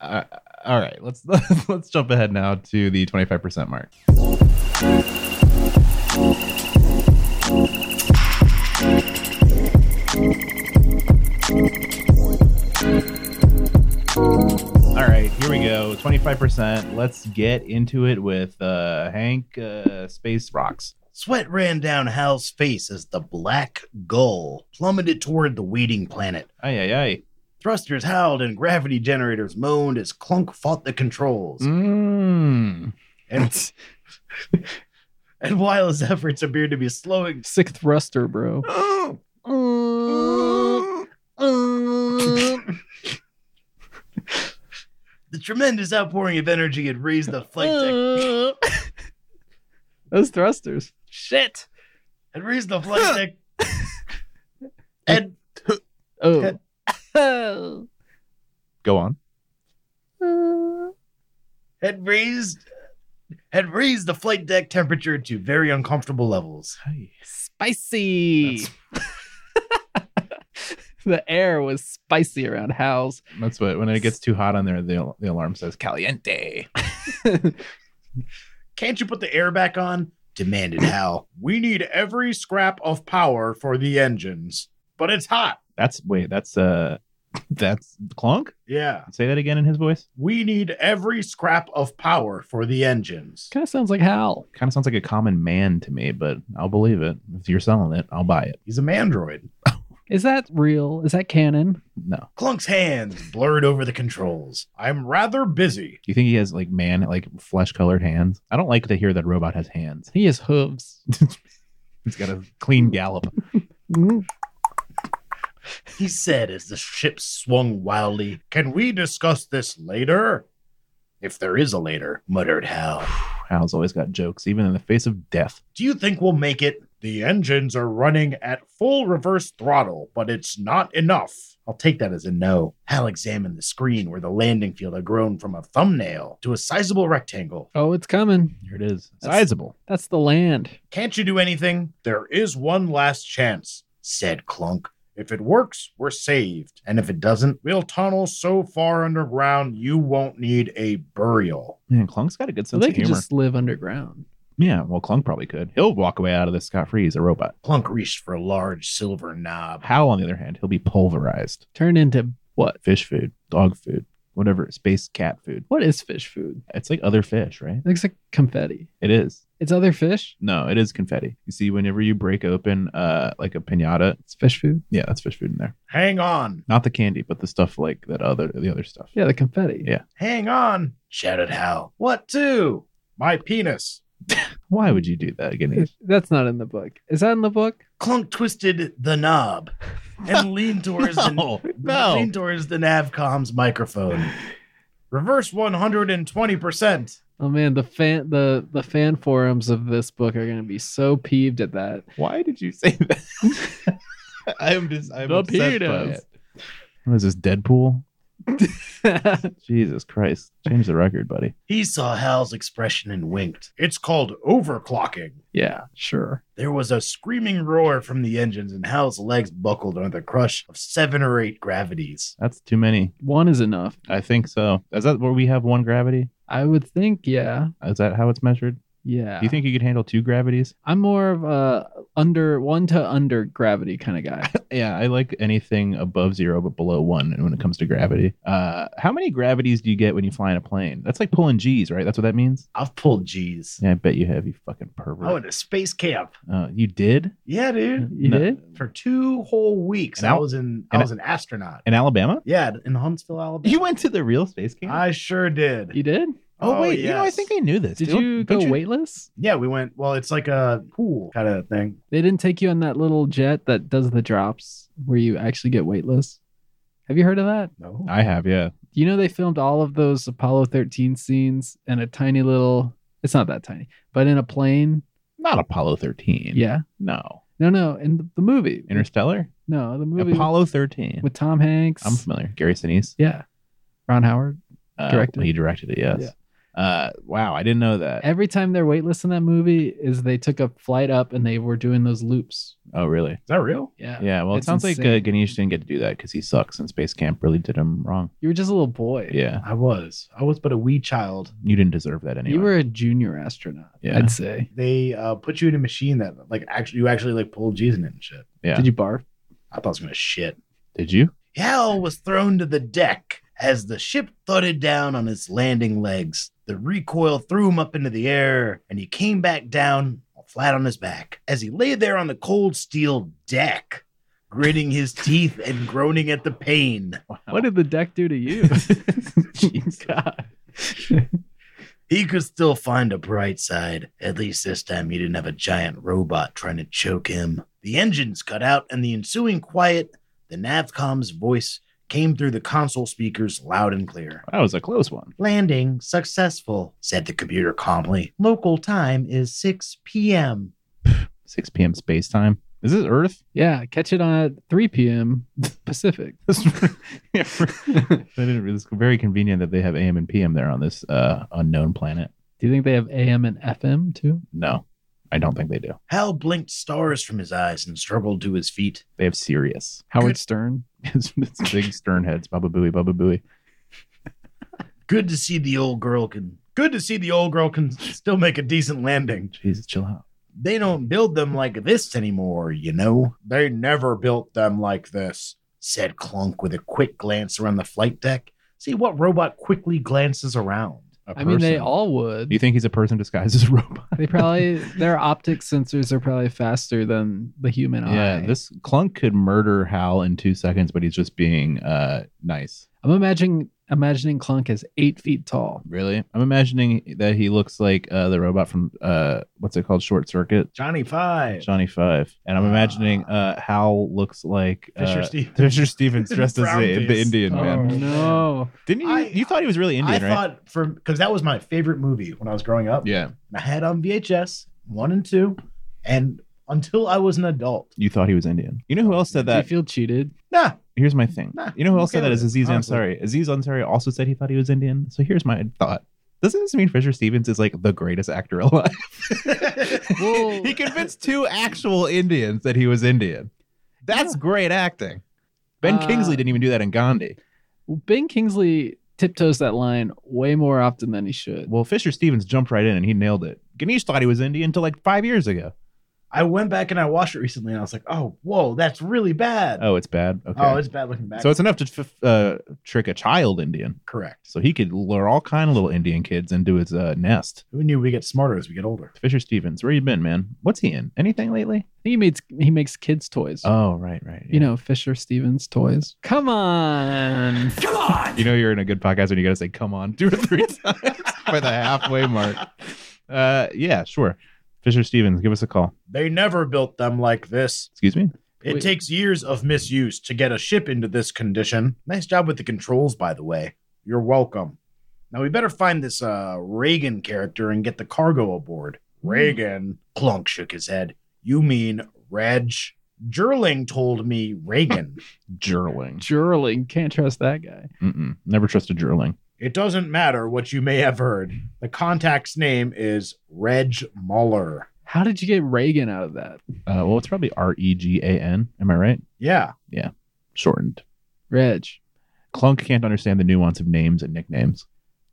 S1: uh, all right, let's [laughs] let's jump ahead now to the twenty five percent mark. All right, here we go. Twenty five percent. Let's get into it with uh, Hank uh, Space Rocks.
S2: Sweat ran down Hal's face as the black gull plummeted toward the waiting planet.
S1: Ay ay ay.
S2: Thrusters howled and gravity generators moaned as Clunk fought the controls.
S1: Mm.
S2: And, [laughs] and while his efforts appeared to be slowing,
S3: Sixth thruster, bro.
S2: the tremendous outpouring of energy had raised the flight deck.
S3: Those thrusters. Shit.
S2: Had raised the flight deck. And
S3: Oh. [laughs]
S1: Go on.
S2: had raised had raised the flight deck temperature to very uncomfortable levels.
S1: Hey.
S3: Spicy. [laughs] the air was spicy around Hal's.
S1: That's what when it gets too hot on there, the, the alarm says caliente.
S2: Can't you put the air back on? Demanded Hal. We need every scrap of power for the engines. But it's hot.
S1: That's wait, that's uh [laughs] that's clunk?
S2: Yeah.
S1: Say that again in his voice.
S2: We need every scrap of power for the engines.
S3: kind of sounds like Hal.
S1: Kind of sounds like a common man to me, but I'll believe it. If you're selling it, I'll buy it.
S2: He's a mandroid.
S3: Is that real? Is that canon?
S1: No. Do
S2: Clunk's hands blurred over the controls. I'm rather busy.
S1: you think he has like man like flesh colored hands? I don't like to hear that robot has hands.
S3: He has hooves.
S1: [laughs] He's got a clean gallop. Mm.
S2: He said as the ship swung wildly. Can we discuss this later? If there is a later, muttered Hal.
S1: Hal's always got jokes, even in the face of death.
S2: Do you think we'll make it? The engines are running at full reverse throttle, but it's not enough. I'll take that as a no. Hal examined the screen where the landing field had grown from a thumbnail to a sizable rectangle.
S3: Oh, it's coming.
S1: Here it is.
S3: That's-
S1: Sizable.
S3: That's the land.
S2: Can't you do anything? There is one last chance, said Clunk. If it works, we're saved. And if it doesn't, we'll tunnel so far underground you won't need a burial.
S1: Man, Clunk's got a good
S3: So
S1: sense
S3: they
S1: of
S3: could
S1: humor.
S3: just live underground.
S1: Yeah, well, Clunk probably could. He'll walk away out of this scot free. He's a robot.
S2: Clunk reached for a large silver knob.
S1: Hal, on the other hand, he'll be pulverized.
S3: Turn into what?
S1: fish food, dog food, whatever, space cat food.
S3: What is fish food?
S1: It's like other fish, right?
S3: It looks like confetti.
S1: It is.
S3: It's other fish.
S1: No, it is confetti. You see, whenever you break open uh like a pinata,
S3: It's fish food.
S1: yeah, that's fish food in there.
S2: Hang on,
S1: Not the candy, but the stuff like that other the other stuff.
S3: Yeah, the confetti.
S1: Yeah.
S2: hang on, shouted Hal. What to? My penis.
S1: Why would you do that, Ganesh?
S3: That's not in the book. Is that in the book?
S2: Clunk twisted the knob and leaned towards the leaned towards the Navcom's microphone. Reverse 120%.
S3: Oh man, the fan the the fan forums of this book are gonna be so peeved at that. [laughs]
S1: Why did you say [laughs] that? I'm just I'm
S3: The
S1: obsessed by
S3: penis.
S1: it. What is this Deadpool? Jesus Christ. Change the record, buddy.
S2: He saw Hal's expression and winked. It's called overclocking.
S3: yeah, sure.
S2: There was a screaming roar from the engines, and Hal's legs buckled under the crush of seven or eight gravities.
S1: That's too many.
S3: One is enough.
S1: I think so. Is that where we have one gravity?
S3: I would think, yeah.
S1: Is that how it's measured?
S3: Yeah.
S1: Do you think you could handle two gravities?
S3: I'm more of a under one to under gravity kind of
S1: [laughs]
S3: guy.
S1: Yeah, I like anything above zero but below one when it comes to gravity. Uh, how many gravities do you get when you fly in a plane? That's like pulling G's, right? That's what that means?
S2: I've pulled G's.
S1: Yeah, I bet you have, you fucking
S2: I went
S1: pervert.
S2: to space camp.
S1: Uh, you did?
S2: Yeah, dude.
S3: You
S1: No.
S3: did?
S2: For two whole weeks,
S1: Mm-hmm. And
S2: I
S1: out-
S2: was in. I
S1: and-
S2: was an astronaut.
S1: In Alabama?
S2: Yeah, in Huntsville, Alabama.
S1: You went to the real space camp?
S2: [laughs] I sure did.
S3: You did?
S1: oh, wait. You know, I
S2: yes.
S1: think I knew this.
S3: Did
S1: Don't-
S3: you
S1: don't
S3: go weightless?
S2: Yeah, we went. Well, it's like a pool kind of thing.
S3: They didn't take you on that little jet that does the drops where you actually get weightless. Have you heard of that?
S2: No.
S1: I have, yeah.
S3: You know they filmed all of those Apollo 13 scenes in a tiny little it's not that tiny, but in a plane.
S1: Not Apollo 13.
S3: Yeah.
S1: No.
S3: No, no, in the, the movie.
S1: Interstellar?
S3: no, the movie with,
S1: Apollo 13.
S3: with Tom Hanks.
S1: I'm familiar. Gary Sinise.
S3: yeah. Ron Howard.
S1: Uh,
S3: Directed it.
S1: He directed it, yes. Uh, wow, I didn't know that.
S3: Every time they're weightless in that movie is they took a flight up and they were doing those loops.
S1: oh, really?
S2: Is that real?
S3: Yeah.
S1: Yeah, well, it
S3: It's
S1: sounds like uh,
S3: insane.
S1: Ganesh didn't get to do that because he sucks and Space Camp really did him wrong.
S3: You were just a little boy.
S1: Yeah,
S2: I was. I was but a wee child.
S1: you didn't deserve that anyway.
S3: You were a junior astronaut,
S1: Yeah.
S3: I'd say.
S2: They uh, put you in a machine that like actually you actually like pulled G's in it and shit.
S1: Yeah.
S3: Did you barf?
S2: I thought it was gonna shit.
S1: Did you?
S2: Hal was thrown to the deck as the ship thudded down on its landing legs. The recoil threw him up into the air, and he came back down flat on his back. As he lay there on the cold steel deck, gritting his teeth and groaning at the pain,
S3: [laughs] What did the deck do
S1: [laughs]
S3: to you? God.
S2: he could still find a bright side. At least this time he didn't have a giant robot trying to choke him. The engines cut out, and the ensuing quiet, the Navcom's voice came through the console speakers loud and clear.
S1: That was a close one.
S2: Landing successful, said the computer calmly. Local time is 6 p.m.
S1: 6 p.m. space time. Is this Earth?
S3: [laughs] Yeah, catch it on at 3 p.m. [laughs] Pacific.
S1: Yeah,
S3: [laughs]
S1: that didn't- it's very convenient that they have AM and PM there on this uh, unknown planet.
S3: Do you think they have AM and FM too?
S1: No, I don't think they do.
S2: Hal blinked stars from his eyes and struggled to his feet.
S1: They have Sirius. [laughs]
S3: Howard
S2: Good.
S3: Stern.
S1: it's, it's big stern heads. Baba Booey, Baba Booey.
S2: Good to see the old girl can. Good to see the old girl can [laughs] still make a decent landing.
S1: Jesus, chill out.
S2: They don't build them like this anymore, you know? They never built them like this, said Clunk with a quick glance around the flight deck. See what robot quickly glances around.
S1: A
S3: I mean, they
S1: person.
S3: all would.
S1: You think he's a person disguised as a robot?
S3: [laughs] They probably their optic sensors are probably faster than the human eye.
S1: Yeah, this clunk could murder Hal in two seconds, but he's just being uh nice.
S3: I'm imagining imagining Clunk as eight feet tall.
S1: Really, I'm imagining that he looks like uh, the robot from uh what's it called, Short Circuit,
S2: Johnny Five.
S1: Johnny Five, and I'm
S2: Ah.
S1: imagining uh Hal looks like uh, [laughs]
S2: Fisher Stevens.
S1: Fisher Stevens dressed as
S2: Brown
S1: the, the
S2: face.
S1: Indian
S3: Oh
S1: man.
S3: no.
S1: Didn't you?
S2: I-
S1: you thought he was really Indian,
S2: I
S1: right?
S2: thought for because that was my favorite movie when I was growing up.
S1: yeah,
S2: And I had on VHS one and two, and until I was an adult.
S1: you thought he was Indian. You know who else said
S3: Do you
S1: that?
S3: feel cheated?
S2: Nah, [laughs]
S1: here's my thing.
S2: Nah,
S1: you know who else
S2: okay
S1: said that is
S2: with it,
S1: Aziz
S2: honestly.
S1: Ansari. Aziz Ansari also said he thought he was Indian. So here's my thought. Doesn't this mean Fisher Stevens is like the greatest actor alive?
S2: Oh.
S3: Well-
S1: he convinced two actual Indians that he was Indian. That's great acting. Ben
S3: Uh,
S1: Kingsley didn't even do that in Gandhi.
S3: Well, [laughs] Ben Kingsley tiptoes that line way more often than he should.
S1: Well, Fisher Stevens jumped right in and he nailed it. Ganesh thought he was Indian until like five years ago.
S2: I went back and I watched it recently, and I was like, "Oh, whoa, that's really bad."
S1: Oh, it's bad. Okay.
S2: Oh, it's bad looking back.
S1: so it's enough to f- uh, trick a child Indian.
S2: correct.
S1: So he could lure all kind of little Indian kids into his uh, nest.
S2: Who knew we get smarter as we get older?
S1: Fisher Stevens, where you been, man? What's he in? Anything lately?
S3: I think he makes he makes kids toys.
S1: Oh, right, right.
S3: You know, Fisher Stevens toys. Come on.
S1: you know you're in a good podcast when you gotta say "come on" [laughs] two or three times by the halfway mark. Uh, yeah, sure. Fisher Stevens, give us a call.
S2: They never built them like this.
S1: Excuse me.
S2: It
S3: Wait.
S2: takes years of misuse to get a ship into this condition. Nice job with the controls, by the way. You're welcome. Now we better find this uh, Reagan character and get the cargo aboard. Reagan. Clunk shook his head. You mean Reg? Gerling told me Reagan.
S1: Gerling.
S3: Jurling, can't trust that guy.
S1: Mm-mm. Never trusted Gerling.
S2: It doesn't matter what you may have heard. The contact's name is Reg Muller.
S3: How did you get Reagan out of that?
S1: Uh, well, it's probably R E G A N. Am I right?
S2: Yeah.
S1: Shortened.
S3: Reg.
S1: Clunk can't understand the nuance of names and nicknames.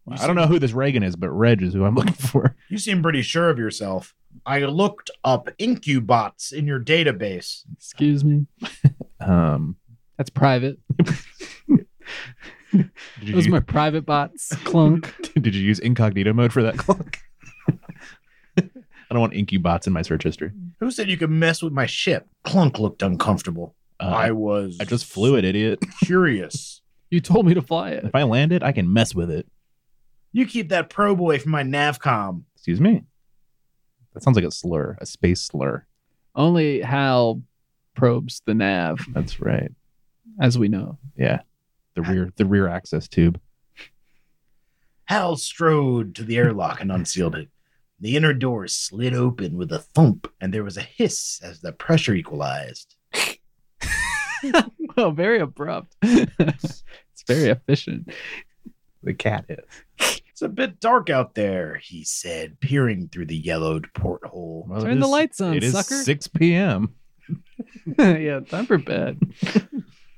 S2: You
S1: I don't know who this Reagan is, but Reg is who I'm [laughs] looking for.
S2: You seem pretty sure of yourself. I looked up Incubots in your database.
S3: Excuse me.
S1: Um,
S3: That's private.
S1: did, you,
S3: Those are my private bots. Clunk.
S1: [laughs] did you use incognito mode for that, Clunk? [laughs] I don't want incubots in my search history.
S2: Who said you could mess with my ship? Clunk looked uncomfortable.
S1: Uh,
S2: I was
S1: I just flew it, [laughs] idiot.
S2: curious.
S3: You told me to fly it.
S1: If I land it, I can mess with it.
S2: You keep that pro boy from my navcom.
S1: Excuse me. That sounds like a slur, a space slur.
S3: Only Hal probes the nav,
S1: That's right.
S3: as we know.
S1: Yeah. The rear the rear access tube.
S2: Hal strode to the airlock and unsealed it. The inner door slid open with a thump, and there was a hiss as the pressure equalized.
S3: Well, very abrupt. [laughs] it's very efficient.
S1: The cat is.
S2: It's a bit dark out there, he said, peering through the yellowed porthole.
S1: Well, it
S3: Turn the
S1: is-
S3: lights on,
S1: It is
S3: sucker.
S1: 6 p.m.
S3: [laughs] yeah, time for bed.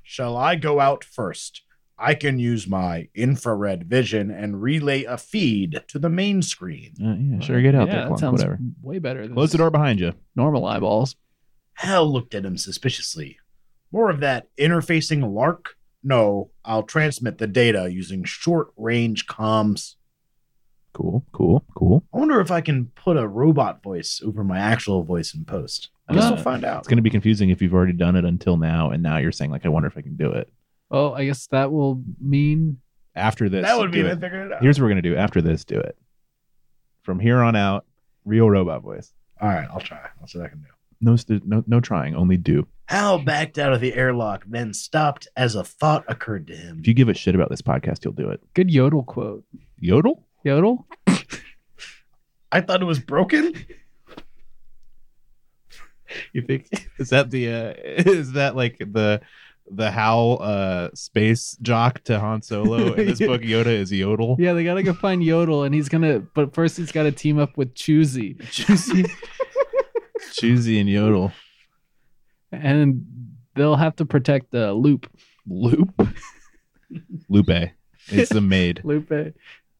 S2: Shall I go out first? I can use my infrared vision and relay a feed to the main screen.
S1: Uh, yeah, sure. Get out
S3: yeah,
S1: there,
S3: that
S1: Clunk.
S3: sounds
S1: Whatever.
S3: way better than
S1: Close the door behind you.
S3: normal eyeballs.
S2: Hal looked at him suspiciously. More of that interfacing lark? No, I'll transmit the data using short range comms.
S1: Cool, cool, cool.
S2: I wonder if I can put a robot voice over my actual voice in post. I guess
S3: Uh,
S2: we'll find out.
S1: It's going to be confusing if you've already done it until now, and now you're saying like, I wonder if I can do it
S3: Oh, I guess that will mean
S1: after this.
S2: that would be
S1: do
S2: me
S1: it.
S2: figuring it out.
S1: Here's what we're going to do after this. Do it. From here on out, real robot voice.
S2: All right, I'll try. I'll see what I can do.
S1: No, st- no, no trying. Only do.
S2: Hal backed out of the airlock, then stopped as a thought occurred to him.
S1: If you give a shit about this podcast, you'll do it.
S3: good yodel quote.
S1: Yodel.
S3: Yodel?
S2: I thought it was broken.
S1: [laughs] You think is that the uh, [laughs] is that like the the Hal uh, space jock to Han Solo in this book? Yoda is Yodel.
S3: Yeah, they gotta go find Yodel, and he's gonna. But first, he's gotta team up with Choosy,
S1: Choosy, choosy, and Yodel.
S3: [laughs] and they'll have to protect the loop.
S1: Loop. Lupe. It's the
S3: [laughs]
S1: maid.
S3: Lupe,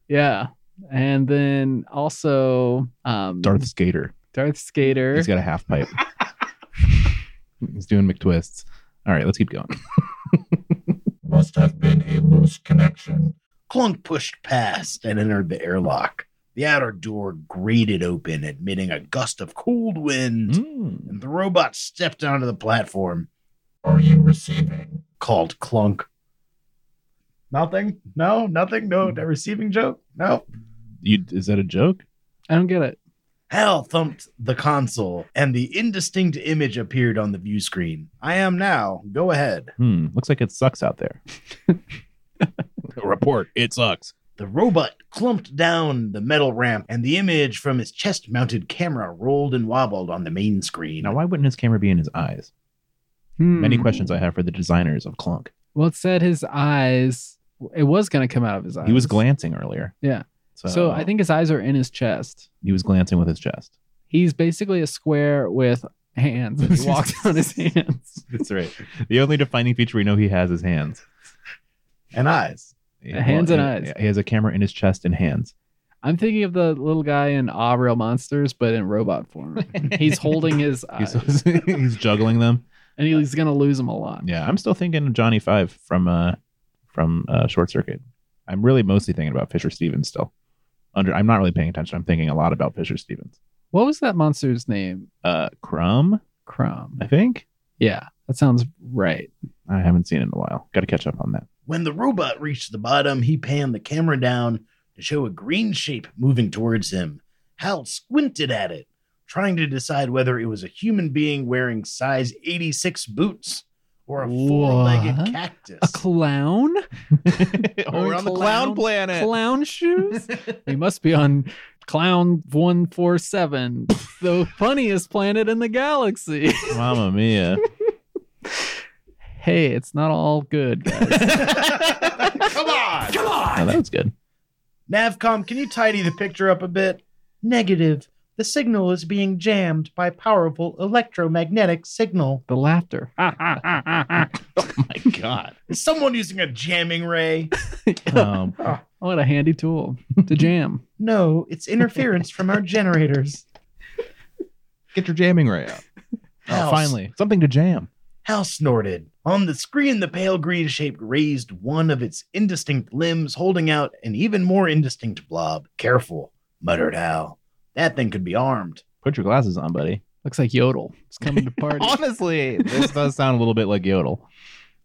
S3: yeah, and then also um,
S1: Darth Skater.
S3: Darth Skater.
S1: He's got a half pipe. He's doing McTwists. All right, let's keep going.
S2: Must have been a loose connection. Clunk pushed past and entered the airlock. The outer door grated open, admitting a gust of cold wind,
S1: Hmm.
S2: and the robot stepped onto the platform. Are you receiving? called Clunk. Nothing? No, nothing? No, that receiving joke? No.
S1: You, is that a joke?
S3: I don't get it.
S2: Hal thumped the console, and the indistinct image appeared on the view screen. I am now. Go ahead.
S1: Hmm. Looks like it sucks out there. [laughs] Report. It sucks.
S2: The robot clumped down the metal ramp, and the image from his chest mounted camera rolled and wobbled on the main screen.
S1: Now, why wouldn't his camera be in his eyes? Many questions I have for the designers of Clunk.
S3: Hmm. Well, it said his eyes. It was gonna come out of his eyes.
S1: He was glancing uh, earlier.
S3: Yeah.
S1: So,
S3: So, I think his eyes are in his chest.
S1: he was glancing with his chest.
S3: He's basically a square with hands. [laughs] and He walks on his hands.
S1: [laughs] That's right. The only defining feature we know he has is hands.
S2: and eyes.
S1: Yeah,
S3: Uh, Hands and
S1: he-
S3: eyes.
S1: He has a camera in his chest and hands.
S3: I'm thinking of the little guy in Ah Real Monsters, but in robot [laughs] form. [laughs] [laughs] He's holding his eyes,
S1: [laughs] He's, [laughs] he's juggling them.
S3: and he's gonna lose them a lot.
S1: Yeah, I'm still thinking of Johnny Five from uh from uh, Short Circuit. I'm really mostly thinking about Fisher Stevens still. Under, I'm not really paying attention. I'm thinking a lot about Fisher Stevens.
S3: What was that monster's name?
S1: Uh, Crumb,
S3: Crumb.
S1: I think.
S3: Yeah, that sounds right.
S1: I haven't seen it in a while. Got to catch up on that.
S2: When the robot reached the bottom, he panned the camera down to show a green shape moving towards him. Hal squinted at it, trying to decide whether it was a human being wearing size 86 boots or a four
S3: What?
S2: legged
S3: A
S2: cactus.
S3: clown?
S1: oh, [laughs] we're on the clown
S3: Clown-
S1: planet.
S3: [laughs] Clown [laughs] shoes? we must be on Clown [laughs] 147, the funniest planet in the galaxy. [laughs]
S1: Mamma mia!
S3: Hey, it's not all good,
S2: [laughs]
S3: guys.
S2: Come on. Come on.
S1: Oh, that was good.
S2: Navcom, can you tidy the picture up a bit? Negative. The signal is being jammed by powerful electromagnetic signal.
S3: the [laughs] laughter.
S1: Oh my god.
S2: Is someone using a jamming ray?
S1: [laughs] Um,
S3: Oh, What a handy tool
S1: [laughs]
S3: to jam.
S2: No, it's interference from our generators.
S1: get your jamming ray out. Oh,
S2: House.
S1: finally, something to jam.
S2: Hal snorted. On the screen, the pale green shape raised one of its indistinct limbs, holding out an even more indistinct blob. Careful, muttered Hal. That thing could be armed.
S1: Put your glasses on, buddy.
S3: Looks like Yodel. It's coming to party.
S1: [laughs] Honestly, this does sound a little bit like Yodel.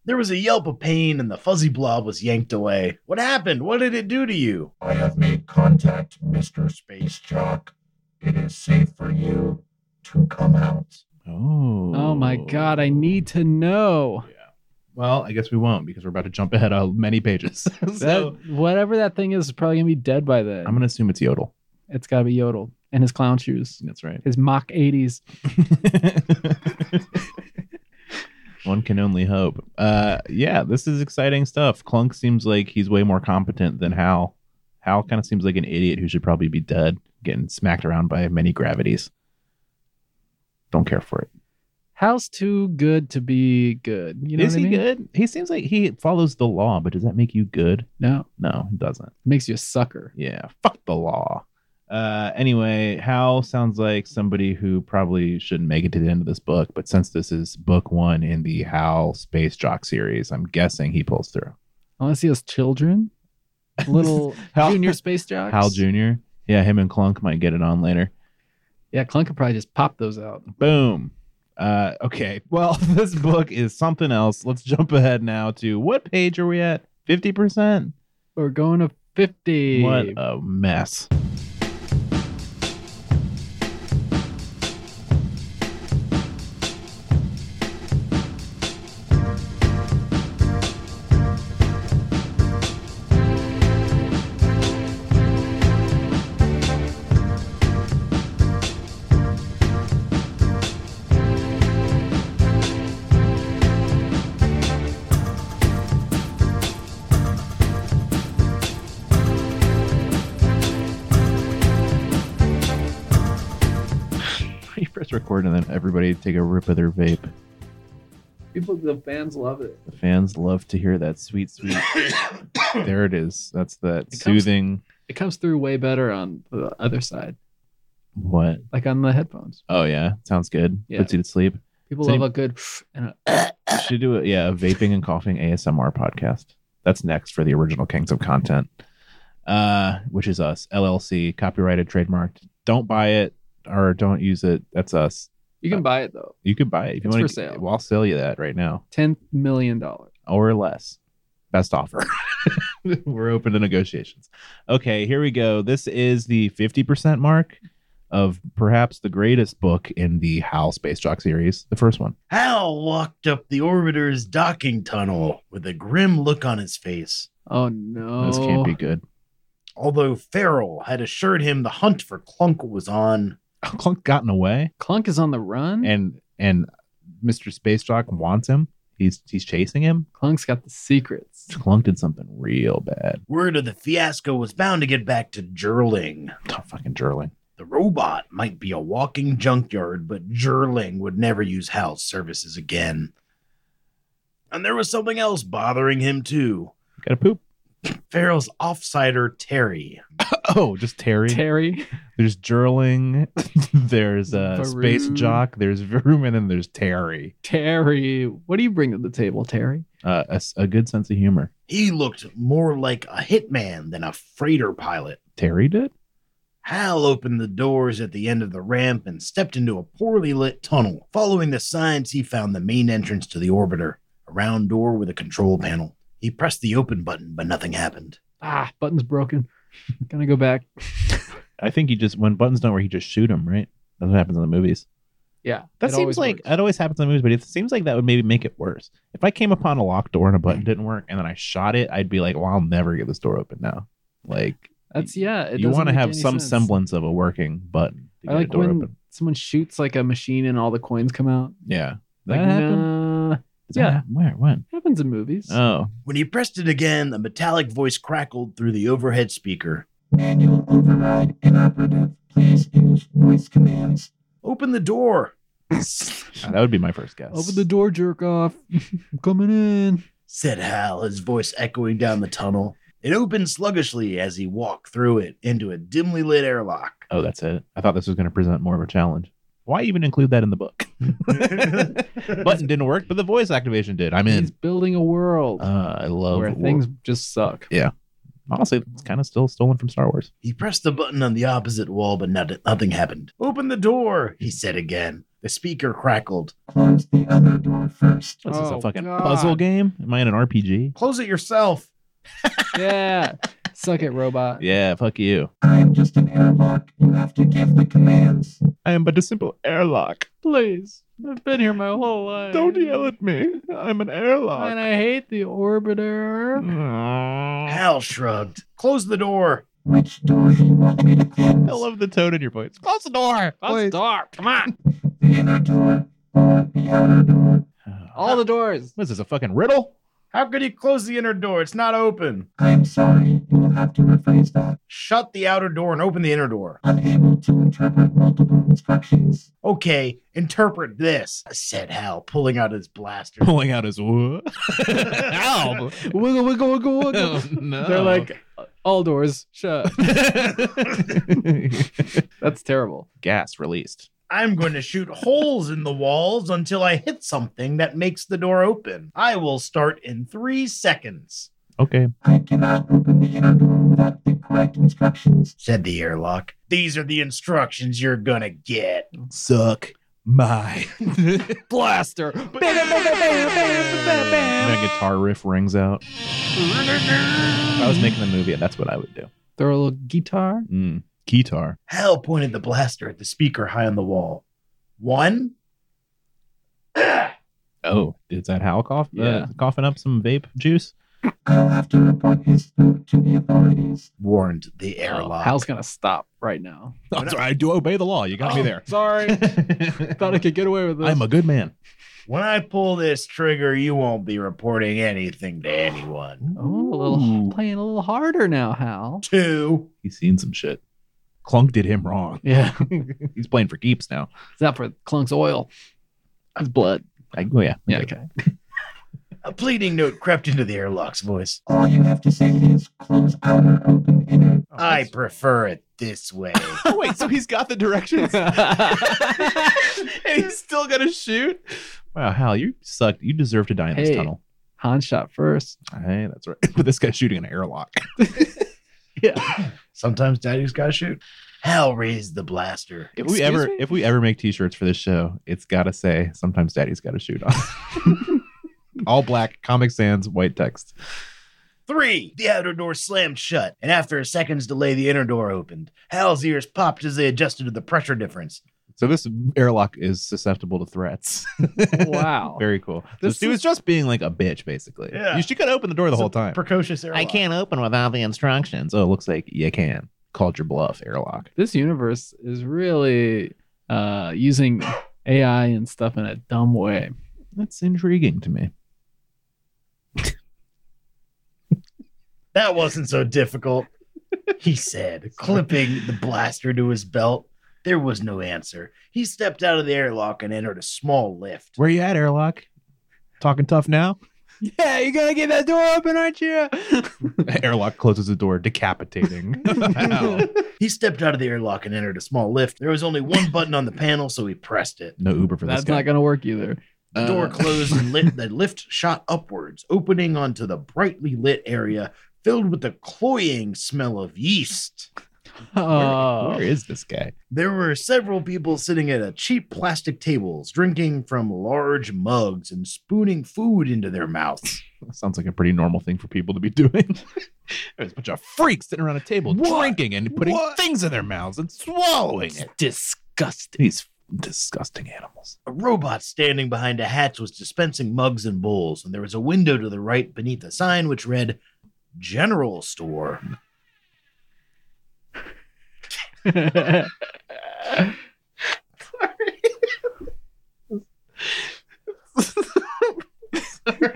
S2: There was a yelp of pain, and the fuzzy blob was yanked away. What happened? What did it do to you?
S4: I have made contact, Mr. Space Jock. It is safe for you to come out.
S1: Oh.
S3: Oh my god, I need to know.
S1: Well, I guess we won't because we're about to jump ahead of many [laughs] pages. so
S3: That, whatever that thing is, is probably gonna be dead by then.
S1: I'm gonna assume it's Yodel.
S3: It's gotta be Yodel and his clown shoes,
S1: That's right.
S3: his Mach 80s.
S1: [laughs] One can only hope. Uh, yeah, this is exciting stuff. Clunk seems like he's way more competent than Hal. Hal kind of seems like an idiot who should probably be dead, getting smacked around by many gravities. Don't care for it.
S3: How's too good to be good? You know
S1: is
S3: what I
S1: he
S3: mean?
S1: good? He seems like he follows the law, but does that make you good?
S3: No,
S1: No, it doesn't.
S3: makes you a sucker.
S1: Yeah, fuck the law. Uh, anyway, Hal sounds like somebody who probably shouldn't make it to the end of this book, but since this is book one in the Hal Space Jock series, I'm guessing he pulls through.
S3: I want to see his
S1: [laughs]
S3: children, little
S1: Hal-
S3: junior space jocks.
S1: Hal Jr. Yeah, him and Clunk might get it on later.
S3: Yeah, Clunk could probably just pop those out.
S1: Boom. Uh, okay, [laughs] well, this book is something else. Let's jump ahead now to what page are we at? 50%?
S3: We're going to 50.
S1: What a mess. You press record and then everybody take a rip of their vape.
S3: People, the fans love it.
S1: The fans love to hear that sweet, sweet. there it is. That's that
S3: It comes-
S1: soothing.
S3: It comes through way better on the other side,
S1: What?
S3: like on the headphones.
S1: Oh yeah, sounds good.
S3: Yeah.
S1: Puts you to sleep.
S3: People
S1: Same.
S3: love a good and a,
S1: Should do a yeah, a vaping and coughing ASMR podcast. That's next for the original Kings of Content, uh, which is us LLC, copyrighted, trademarked. Don't buy it or don't use it. That's us.
S3: you can buy it though.
S1: You could buy it. If you
S3: It's
S1: wanna-
S3: for sale.
S1: Well, I'll sell you that right now
S3: Ten million dollars.
S1: or less. Best
S3: [laughs]
S1: offer. We're open to negotiations. Okay, here we go. This is the 50% mark of perhaps the greatest book in the HAL Space Jock series, the first one.
S2: Hal walked up the orbiter's docking tunnel with a grim look on his face.
S3: Oh no,
S1: This can't be good. [laughs]
S2: Although Farrell had assured him the hunt for Clunk was on,
S1: Clunk gotten away
S3: Clunk is on the run.
S1: and and Mr. Space Jock wants him. He's he's chasing him.
S3: Clunk's got the secrets.
S1: Clunk did something real bad. [laughs]
S2: word of the fiasco was bound to get back to Gerling.
S1: Oh, fucking Jerling.
S2: The robot might be a walking junkyard, but Gerling would never use Hal's services again. And there was something else bothering him too.
S1: Got to poop.
S2: Farrell's offsider Terry.
S1: Oh, just Terry.
S3: Terry,
S1: there's Jerling. [laughs] there's uh, Space
S3: Varun.
S1: Jock. There's Vroom, and then there's Terry.
S3: Terry, what do you bring to the table, Terry?
S1: uh, a, s- a good sense of humor.
S2: He looked more like a hitman than a freighter pilot.
S1: Terry did.
S2: Hal opened the doors at the end of the ramp and stepped into a poorly lit tunnel. Following the signs, he found the main entrance to the orbiter, a round door with a control panel. He pressed the open button, but nothing happened.
S3: Ah, button's broken. Gonna go back.
S1: I think he just when buttons don't work, he just shoot him. Right. That's what happens in the movies.
S3: Yeah,
S1: That
S3: it
S1: seems
S3: always
S1: like
S3: works.
S1: that always happens in the movies, but it seems like that would maybe make it worse. If I came upon a locked door and a button didn't work, and then I shot it, I'd be like, "Well, I'll never get this door open now." Like
S3: that's yeah. It
S1: you
S3: doesn't
S1: want to
S3: make
S1: have
S3: any
S1: some
S3: sense.
S1: semblance of a working button to
S3: I
S1: get a
S3: like
S1: door
S3: when
S1: open.
S3: someone shoots like a machine and all the coins come out.
S1: Yeah, that
S3: Like,
S1: happened.
S3: nah.
S1: Does that
S3: Yeah.
S1: happen? Where? When?
S3: Happens in movies.
S1: Oh.
S2: When he pressed it again, a metallic voice crackled through the overhead speaker.
S4: Manual override inoperative. Please use voice commands.
S2: Open the door.
S1: That would be my first guess.
S3: Open the door, jerk off. [laughs] I'm coming in.
S2: said Hal, his voice echoing down the tunnel. It opened sluggishly as he walked through it into a dimly
S1: [laughs]
S2: lit airlock.
S1: Oh, that's it. I thought this was going to present more of a challenge. Why even include that in the
S3: [laughs]
S1: book? [laughs] Button didn't work, but the voice activation did. I'm
S3: He's
S1: in.
S3: building a world
S1: Uh, I love
S3: where
S1: war-
S3: things
S1: [laughs]
S3: just suck.
S1: Honestly, it's kind of still stolen from Star Wars.
S2: He pressed the button on the opposite wall, but not, nothing happened. Open the door, he said again. The speaker crackled.
S4: Close the other door first.
S1: What is this
S3: Oh,
S1: a fucking
S3: God.
S1: puzzle game? Am I in an RPG?
S2: Close it yourself.
S3: Yeah. Suck it, robot.
S1: Yeah, fuck you.
S4: I am just an airlock. You have to give the commands.
S1: I am but a simple airlock.
S3: Please. I've been here my whole life.
S1: at me. I'm an
S3: And
S1: airlock.
S3: I hate the orbiter.
S1: I
S2: Hal shrugged. Close the door.
S4: Which door do you want me to close?
S1: love the tone in your voice. Close the door.
S3: Let's start. Come on.
S4: The inner door or the outer door?
S3: [laughs] All the doors.
S1: What is [sighs] this, a fucking riddle?
S2: How could he close the inner door? It's not open.
S4: I am sorry. You will have to rephrase that.
S2: Shut the outer door and open the inner door.
S4: Unable to interpret multiple instructions.
S2: Okay, interpret this, said Hal, pulling out his blaster.
S1: Pulling out his wo- [laughs] Ow.
S3: [laughs] Wiggle, wiggle, wiggle,
S1: Oh, [laughs]
S3: wiggle.
S1: no.
S3: They're like, all doors shut. That's terrible.
S1: gas released.
S2: I'm going to shoot holes in the walls until I hit something that makes the door open. I will start in three seconds,
S1: Okay.
S4: I cannot open the inner door without the correct instructions.
S2: said the airlock. These are the instructions you're going to get.
S1: Suck my.
S3: [laughs] Blaster.
S1: My guitar riff rings out. If I was making a movie, that's what I would do.
S3: Throw a little guitar.
S1: Mm. Guitar.
S2: Hal pointed the blaster at the speaker high on the wall. One.
S1: Oh, is that Hal cough-
S3: Yeah.
S1: uh, coughing up some vape juice?
S4: I'll have to report his throat to the authorities.
S2: warned the
S3: Oh,
S2: airlock.
S3: Hal's gonna stop right now.
S1: I'm sorry, I do obey the law. You got me
S3: Oh,
S1: [laughs] there.
S3: [laughs] Sorry. Thought I could get away with this.
S1: I'm a good man.
S2: when I pull this trigger, you won't be reporting anything to anyone.
S3: oh, a little playing a little harder now, Hal.
S2: Two.
S1: He's seen some shit. Clunk did him wrong. [laughs]
S3: Yeah.
S1: He's playing for keeps now.
S3: It's not for Clunk's oil. It's blood.
S1: I, oh yeah.
S3: Yeah, okay.
S2: A pleading note crept into the airlock's voice.
S4: All you have to say is close outer, open inner.
S1: Oh,
S2: I
S1: that's-
S2: prefer it this [laughs] way.
S1: Oh, wait, so he's got the directions [laughs] and he's still gonna shoot? Wow, Hal, you sucked. You deserve to die in
S3: Hey.
S1: this tunnel.
S3: [laughs] Han shot first.
S1: Hey, that's right. [laughs] But this guy's shooting an airlock.
S2: Sometimes daddy's gotta shoot. Hal raised the blaster.
S1: If
S3: Excuse
S1: we ever
S3: me?
S1: if we ever make t-shirts for this show, it's gotta say sometimes daddy's gotta shoot
S3: [laughs]
S1: on. All black, comic sans, white text.
S2: Three! The outer door slammed shut, and after a second's delay, the inner door opened. Hal's ears popped as they adjusted to the pressure difference.
S1: So this airlock is susceptible to
S3: [laughs]
S1: threats.
S3: Wow.
S1: Very cool. So
S3: This
S1: she was
S3: is-
S1: just being like a bitch, basically.
S2: Yeah.
S1: You- She could open the door the
S2: It's a
S1: whole time.
S2: Precocious airlock.
S1: open without the instructions. Oh, it looks like you can. Called your bluff, airlock.
S3: this universe is really uh, using AI and stuff in a dumb way.
S1: That's intriguing to me.
S2: That wasn't so difficult, he said, clipping the blaster to his belt. There was no answer. He stepped out of the airlock and entered a small lift.
S1: Where you at, airlock? Talking tough now?
S3: Yeah, you're gonna get that door open, aren't you?
S1: [laughs] airlock closes the door,
S3: [laughs]
S1: decapitating.
S2: He stepped out of the airlock and entered a small lift. There was only one button on the panel, so he pressed it.
S1: No Uber for
S3: That's
S1: this guy.
S3: not gonna work either.
S2: The door
S1: Uh.
S2: closed and lit, the lift shot upwards, opening onto the brightly lit area filled with the cloying smell of yeast.
S3: Oh,
S1: Uh, Where is this guy?
S2: There were several people sitting at a cheap plastic tables, drinking from large mugs and spooning food into their mouths.
S1: Sounds like a pretty normal thing for people to be doing. [laughs] There's a bunch of freaks sitting around a table drinking and putting things in their mouths and swallowing it. Disgusting. These disgusting
S3: [laughs]
S1: animals.
S2: A robot standing behind a hatch was dispensing mugs and bowls, and there was a window to the right beneath a sign which read General Store.
S5: [laughs]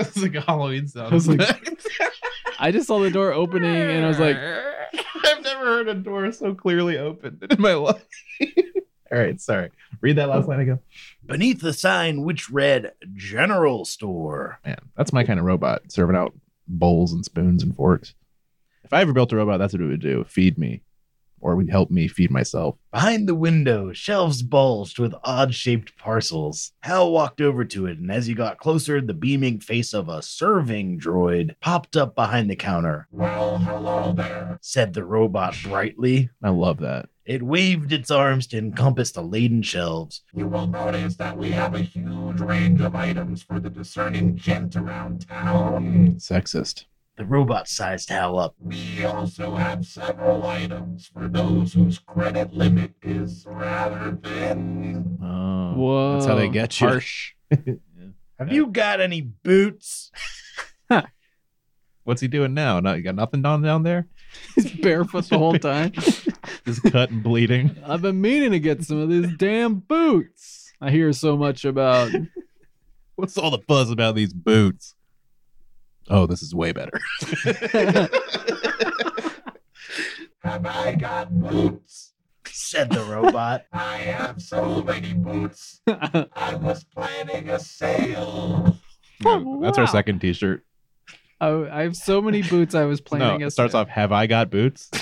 S5: It's like a Halloween sound.
S3: I was like-
S5: effect.
S3: [laughs] I just saw the door opening and I
S1: [laughs]
S3: was like, [laughs]
S5: I've never heard a door so clearly opened in my
S1: [laughs]
S5: life. All right, sorry. Read that last line again.
S2: Beneath the sign which read General Store.
S1: Man, that's my kind of robot serving out bowls and spoons and forks. If I ever built a robot, that's what it would do feed me or it would help me feed myself.
S2: Behind the window, shelves bulged with odd shaped parcels. Hal walked over to it, and as he got closer, the beaming face of a serving droid popped up behind the counter,
S4: Well, hello there.
S2: said the robot brightly.
S1: I love that.
S2: It waved its arms to encompass the laden shelves.
S4: You will notice that we have a huge range of items for the discerning gent around town.
S1: Sexist.
S2: The robot sized Hal up.
S4: We also have several items for those whose credit limit is rather thin.
S1: Oh,
S3: whoa.
S1: That's how they get you. [laughs]
S3: Harsh.
S2: Have you got any boots? [laughs]
S5: What's he doing now? Not, you got nothing down down there?
S3: He's barefoot the whole time.
S1: Just cut and bleeding. [laughs]
S3: I've been meaning to get some of these damn boots. I hear so much about. [laughs]
S1: What's all the buzz about these boots? Oh, this is way better.
S4: Have I got boots?
S2: said the robot.
S4: I have so many boots.
S3: oh,
S4: I was planning a sale.
S3: Oh,
S1: That's
S3: wow.
S1: our second T-shirt.
S3: I have so many boots. I was planning.
S1: no,
S3: a
S1: it starts off. Have I got
S3: [laughs]
S1: boots? [laughs]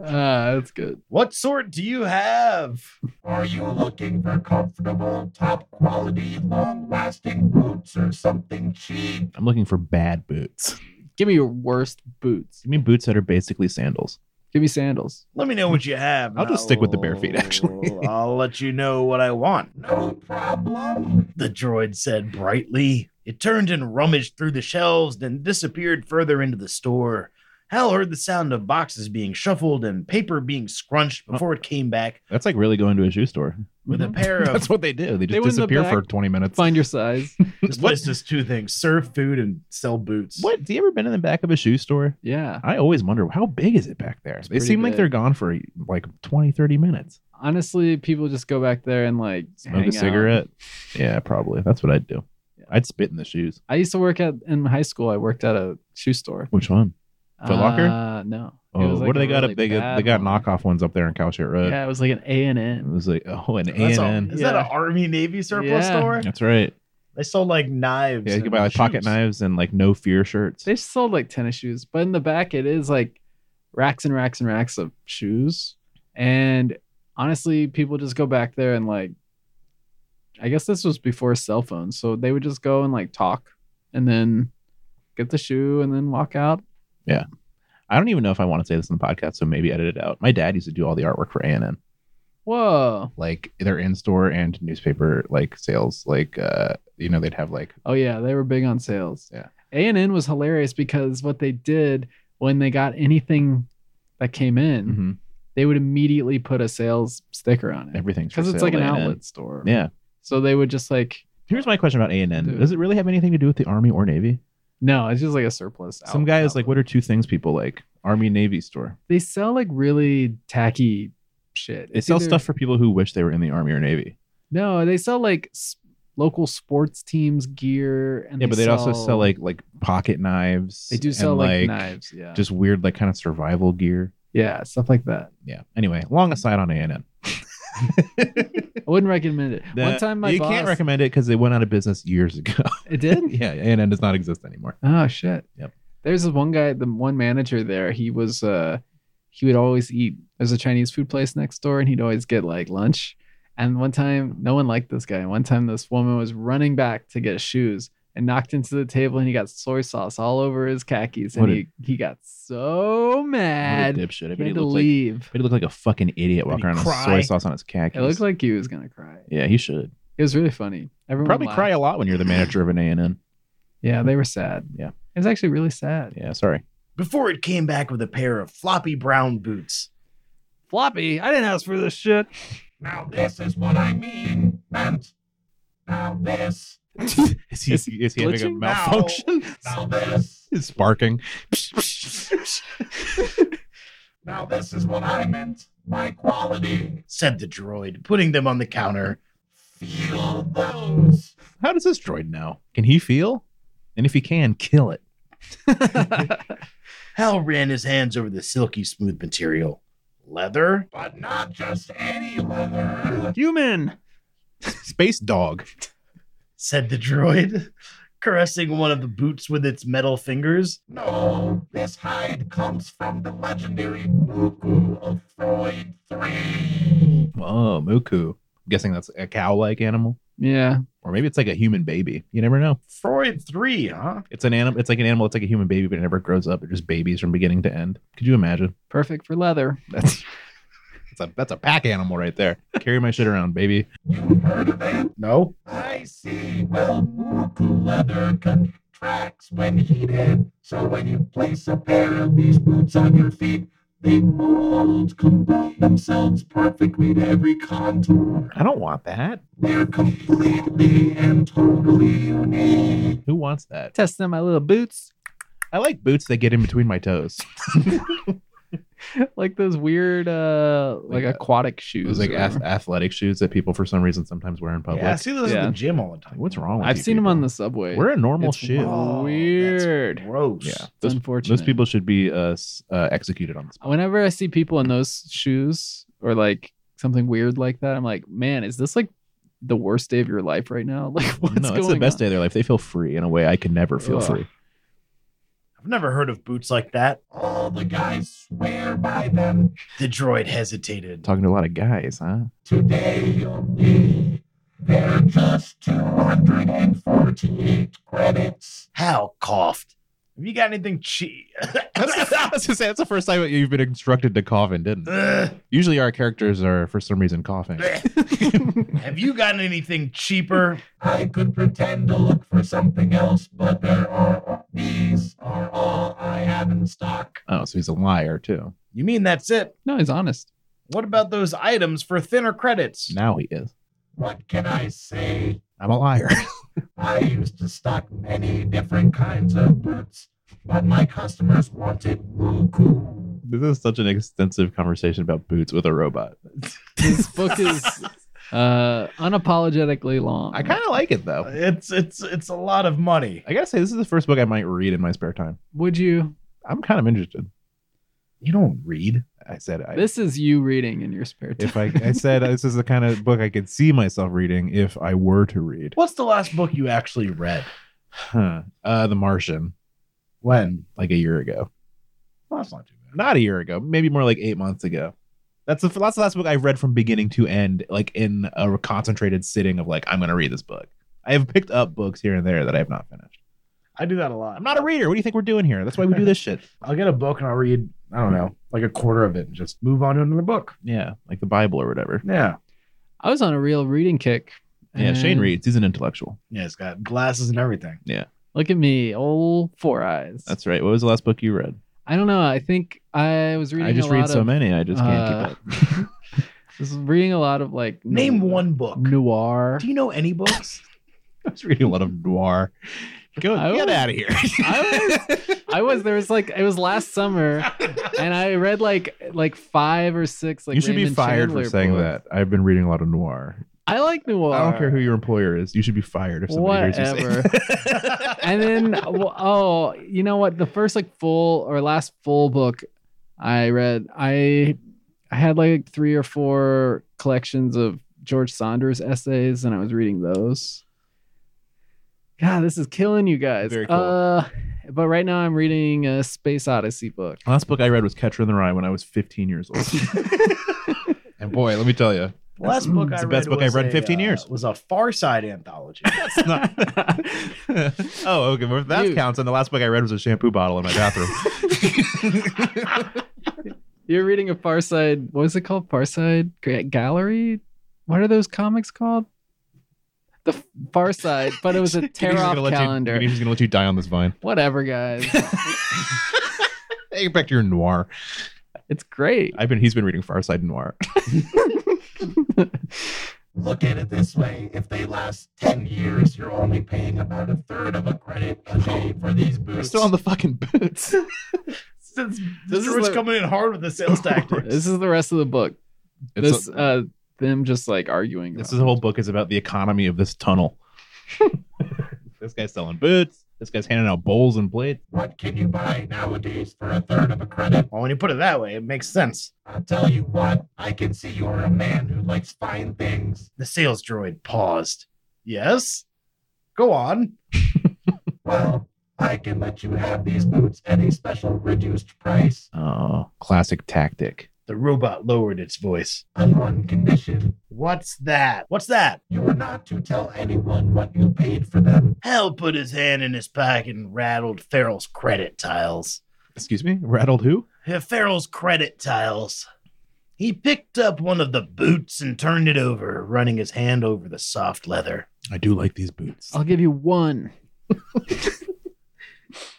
S3: Ah, that's good.
S2: What sort do you have?
S4: Are you looking for comfortable, top quality, long lasting boots or something cheap?
S1: I'm looking for bad boots.
S3: Give me your worst boots.
S1: You mean boots that are basically sandals?
S3: Give me sandals.
S2: Let me know what you have. and
S1: I'll just stick with the bare feet, actually.
S2: I'll- I'll let you know what I want,
S4: No problem.
S2: the droid said brightly. It turned and rummaged through the shelves, then disappeared further into the store. Hal heard the sound of boxes being shuffled and paper being scrunched before it came back
S1: That's like really going to a shoe store. [laughs]
S2: with a
S3: Mhm.
S2: pair of
S1: That's what they do. They
S3: They
S1: just
S3: went in the
S1: disappear
S3: back.
S1: for 20 minutes.
S3: Find
S1: [laughs]
S3: your size.
S2: this place does two things serve food and sell boots.
S1: What? Do you ever been in the back of a shoe store?
S3: Yeah.
S1: I always wonder how big is it back there? They
S3: pretty
S1: seem like
S3: big.
S1: they're gone for like 20, 30 minutes.
S3: Honestly, people just go back there and like
S1: Smoke
S3: hang
S1: a
S3: out.
S1: cigarette. Yeah, probably. That's what I'd do. I'd spit in the shoes.
S3: I used to work at in high school. I worked at a shoe store.
S1: Which one? Foot Locker?
S3: Uh, no. It
S1: Oh,
S3: was, like,
S1: what do
S3: a
S1: they got
S3: really
S1: up? They got,
S3: bad
S1: they got
S3: one.
S1: knockoff ones up there on Cowshit Road.
S3: Yeah, it was like an A and
S1: It
S3: M.
S1: was like, oh, an A
S2: That's all-
S1: and N.
S2: Is
S3: Yeah.
S2: that an Army Navy surplus
S3: Yeah.
S2: store?
S1: That's
S3: [laughs]
S1: right.
S2: They sold like knives.
S1: Yeah, you could
S2: and
S1: buy like pocket
S2: shoes.
S1: knives and like no fear shirts.
S3: They sold like tennis shoes, but in the back it is like racks and racks and racks of shoes. And honestly, people just go back there and like I guess this was before cell phones, so they would just go and like talk and then get the shoe and then walk out.
S1: I don't even know if I want to say this in the podcast, so maybe edit it out. My dad used to do all the artwork for ANN,
S3: Whoa.
S1: like their in store and newspaper like sales. Like, uh, you know, they'd have like
S3: Oh yeah, they were big on sales.
S1: Yeah.
S3: A&N was hilarious because what they did when they got anything that came in,
S1: mhm,
S3: they would immediately put a sales sticker on it
S1: everything's for
S3: because it's
S1: sale
S3: like an
S1: at A&N.
S3: outlet store.
S1: Yeah.
S3: So they would just like
S1: Here's my question about ANN.
S3: Dude.
S1: Does it really have anything to do with the army or navy?
S3: no, it's just like a surplus.
S1: Some
S3: out-
S1: guy is like,
S3: outlet.
S1: what are two things people like? Army, navy store.
S3: they sell like really tacky shit.
S1: They
S3: It's
S1: sell
S3: either-
S1: stuff for people who wish they were in the army or navy.
S3: No, they sell like s- local sports teams gear. And
S1: Yeah,
S3: they
S1: but they'd also
S3: sell-
S1: sell like like pocket knives.
S3: they do
S1: and,
S3: sell like, knives. Yeah,
S1: Just weird like kind of survival gear.
S3: yeah, stuff like that.
S1: Yeah. Anyway, long aside on [laughs] ANN.
S3: I wouldn't recommend it. One
S1: That-
S3: time my
S1: you
S3: boss,
S1: can't recommend it because they went out of business years ago. [laughs]
S3: it did.
S1: yeah, and it does not exist anymore.
S3: Oh shit.
S1: Yep.
S3: There's this one guy, the one manager there. He was uh he would always eat. There's a Chinese food place next door, and he'd always get like lunch. And one time, no one liked this guy. One time, this woman was running back to get shoes and knocked into the table, and he got soy sauce all over his khakis, and
S1: What a-
S3: he he got so mad.
S1: dipshit. I
S3: He
S1: bet he
S3: had to
S1: looked like, I
S3: leave.
S1: bet he looked like a fucking idiot walking
S2: he
S1: around with
S2: cry?
S1: soy sauce on his khakis.
S3: It looked like he was gonna cry.
S1: yeah, he should
S3: It was really funny. Everyone
S1: probably
S3: laughed.
S1: cry a lot when you're the manager of an ANN.
S3: Yeah, they were sad.
S1: Yeah.
S3: it was actually really sad.
S1: Yeah, sorry.
S2: Before it came back with a pair of floppy brown boots.
S3: Floppy, I didn't ask for this shit. [laughs]
S4: Now, this is what I mean, meant. Now, this.
S1: Is he
S3: [laughs] Is
S1: is he, having a
S3: glitching? [laughs]
S1: malfunction?
S4: Now, this.
S1: [laughs] He's sparking.
S4: Now, this is what I meant. My quality.
S2: said the droid, putting them on the counter.
S4: Feel those.
S1: How does this droid know? Can he feel? And if he can, kill it.
S2: Hal ran his hands over the silky smooth material. Leather?
S4: But not just any leather.
S1: Human. Space dog. [laughs]
S2: said the droid, [laughs] caressing one of the boots with its metal fingers.
S4: No, this hide comes from the legendary Muku of Freud 3.
S1: Oh, Muku. I'm guessing that's a cow-like animal,
S3: yeah.
S1: or maybe it's like a human baby. You never know.
S2: Freud 3, huh?
S1: It's an animal. It's like an animal. It's like a human baby, but it never grows up. It just babies from beginning to end. Could you imagine?
S3: Perfect for leather.
S1: That's [laughs] that's a that's a pack animal right there. Carry my shit around, baby.
S4: You heard of it?
S2: No.
S4: I see. Well, Muku leather contracts when heated. So when you place a pair of these boots on your feet, they mold, combine themselves perfectly to every contour.
S1: I don't want that.
S4: They're completely and totally unique.
S1: Who wants that?
S3: Testing out my little boots,
S1: I like boots that get in between my toes. [laughs]
S3: like those weird, uh, like,
S1: Like, uh,
S3: aquatic
S1: It
S3: shoes.
S1: was like
S3: or
S1: ath- athletic shoes that people for some reason sometimes wear in public.
S2: Yeah, I see those at
S3: Yeah.
S2: the gym all the
S1: Like,
S2: time.
S1: What's wrong with
S3: I've
S1: you
S3: seen them
S1: people?
S3: on the subway.
S1: We're a normal
S3: It's
S1: shoe.
S2: Oh, that's
S3: Weird.
S2: Gross.
S1: Yeah.
S3: It's
S1: Those,
S3: unfortunate.
S1: those people should be uh, s- uh, executed on the spot.
S3: Whenever I see people in those shoes or like something weird like that, I'm like, man, is this like the worst day of your life right now? [laughs] Like, [laughs] what's
S1: no,
S3: going
S1: it's the best
S3: on?
S1: day of their life. They feel free in a way I can never feel
S3: Ugh.
S1: free.
S2: I've never heard of boots like that.
S4: All the guys swear by them.
S2: The droid hesitated.
S1: Talking to a lot of guys, huh?
S4: Today only. They're just 248 credits.
S2: Hal coughed. Have you got anything [laughs] cheap?
S1: [laughs] That's the, that's the first time that you've been instructed to cough and didn't. Usually our characters are for some reason [laughs] coughing.
S2: Have you got anything cheaper?
S4: I could pretend to look for something else, but there are these are all I have in stock.
S1: Oh, so he's a liar too.
S2: You mean that's it?
S3: No, he's honest.
S2: What about those items for thinner credits?
S1: Now he is.
S4: What can I say?
S1: I'm a liar.
S4: I used to stock many different kinds of boots, but my customers wanted Muku.
S1: [laughs] this is such an extensive conversation about boots with a robot.
S3: This book
S1: [laughs]
S3: is uh, unapologetically long.
S1: I kind of like it though.
S2: It's it's it's a lot of money.
S1: I gotta say, this is the first book I might read in my spare time.
S3: would you?
S1: I'm kind of interested.
S2: You don't read.
S1: I said, I,
S3: This is you reading in your spare time.
S1: [laughs] if I, I said uh, this is the kind of book I could see myself reading if I were to read.
S2: What's the last book you actually read?
S1: Huh. Uh, The Martian,
S2: When?
S1: like a year ago.
S2: Well, that's not too bad.
S1: Not a year ago, maybe more like eight months ago. That's the that's the last book I've read from beginning to end, like in a concentrated sitting of like I'm gonna read this book. I have picked up books here and there that I have not finished.
S2: I do that a lot.
S1: I'm not a reader. What do you think we're doing here? That's why we do this
S3: [laughs]
S1: shit.
S2: I'll get a book and I'll read. I don't know, like a quarter of it, and just move on to another book.
S1: Yeah, like the Bible or whatever.
S2: Yeah.
S3: I was on a real reading kick.
S1: Yeah, Shane
S3: and
S1: reads. He's an intellectual.
S2: Yeah, it's got glasses and everything.
S3: Look at me, old four eyes.
S1: That's right. What was the last book you read?
S3: I don't know. I think I was reading.
S1: I just
S3: a lot
S1: read so
S3: of-
S1: many. I just can't
S3: uh,
S1: keep up. [laughs]
S3: was reading a lot of like
S2: Name
S3: no-
S2: one book.
S3: noir.
S2: Do you know any books?
S1: I was reading a lot of noir. Go
S3: I
S1: get
S3: was-
S1: out of here.
S3: I I was there was like it was last
S1: [laughs]
S3: summer, and I read like like five or six. Like
S1: you should be
S3: Raymond
S1: fired
S3: Chandler
S1: for saying
S3: books.
S1: that. I've been reading a lot of noir.
S3: I like noir.
S1: I don't care who your employer is. You should be fired if somebody hears you [laughs] say
S3: Whatever.
S1: that.
S3: and then w- oh, you know what? The first like full or last full book I read, I I had like three or four collections of George Saunders essays, and I was reading those. God, this is killing you guys.
S1: Very cool.
S3: Uh, but right now I'm reading a Space
S1: [laughs]
S3: Odyssey book.
S1: Last book I read was Catcher in the Rye when I was 15 years [laughs] old. and boy, let me tell you,
S2: The last book
S1: It's
S2: I
S1: the best
S2: read
S1: book I've
S2: was
S1: read in
S2: a,
S1: 15
S2: uh,
S1: years.
S2: was a Far Side anthology.
S1: it's not. oh, okay. Well, if that
S3: Dude.
S1: counts, and the last book I read was a shampoo bottle in my bathroom.
S3: You're reading a Farside. What is it called? Farside Ga- Gallery. What are those comics called? The Farside, but it was
S1: [laughs]
S3: a
S1: He's
S3: tear
S1: just
S3: off
S1: gonna let you-
S3: calendar.
S1: he's just gonna let you die on this vine.
S3: Whatever,
S1: [laughs]
S3: guys.
S1: Hey, back to your noir.
S3: It's great.
S1: I've been he's been reading Farside Noir.
S4: Look at it this way if they last 10 years, you're only paying about a third of a credit a day for these
S1: We're
S4: boots.
S1: still on the fucking boots.
S2: [laughs] Since
S3: This is
S2: George
S3: the-
S2: coming in hard with the [laughs] sales
S3: [laughs]
S2: tactics.
S3: this is the rest of the book.
S1: It's
S3: this uh them just like arguing.
S1: this
S3: This
S1: is the whole book is about the economy of this tunnel. This guy's selling boots. This guy's handing out bowls and plates.
S4: What can you buy nowadays for a third of a credit?
S2: Well, when you put it that way, it makes sense.
S4: I'll tell you what, I can see you're a man who likes fine things.
S2: The sales droid paused. Yes? Go on.
S4: Well, I can let you have these boots at a special reduced price
S1: Oh, classic tactic.
S2: The robot lowered its voice.
S4: on one condition.
S2: What's that? What's that?
S4: You are not to tell anyone what you paid for them.
S2: Hal put his hand in his pocket and rattled Farrell's credit tiles.
S1: Excuse me? Rattled who?
S2: Uh, Farrell's credit tiles. He picked up one of the boots and turned it over, running his hand over the soft leather.
S1: I do like these boots.
S3: I'll give you one.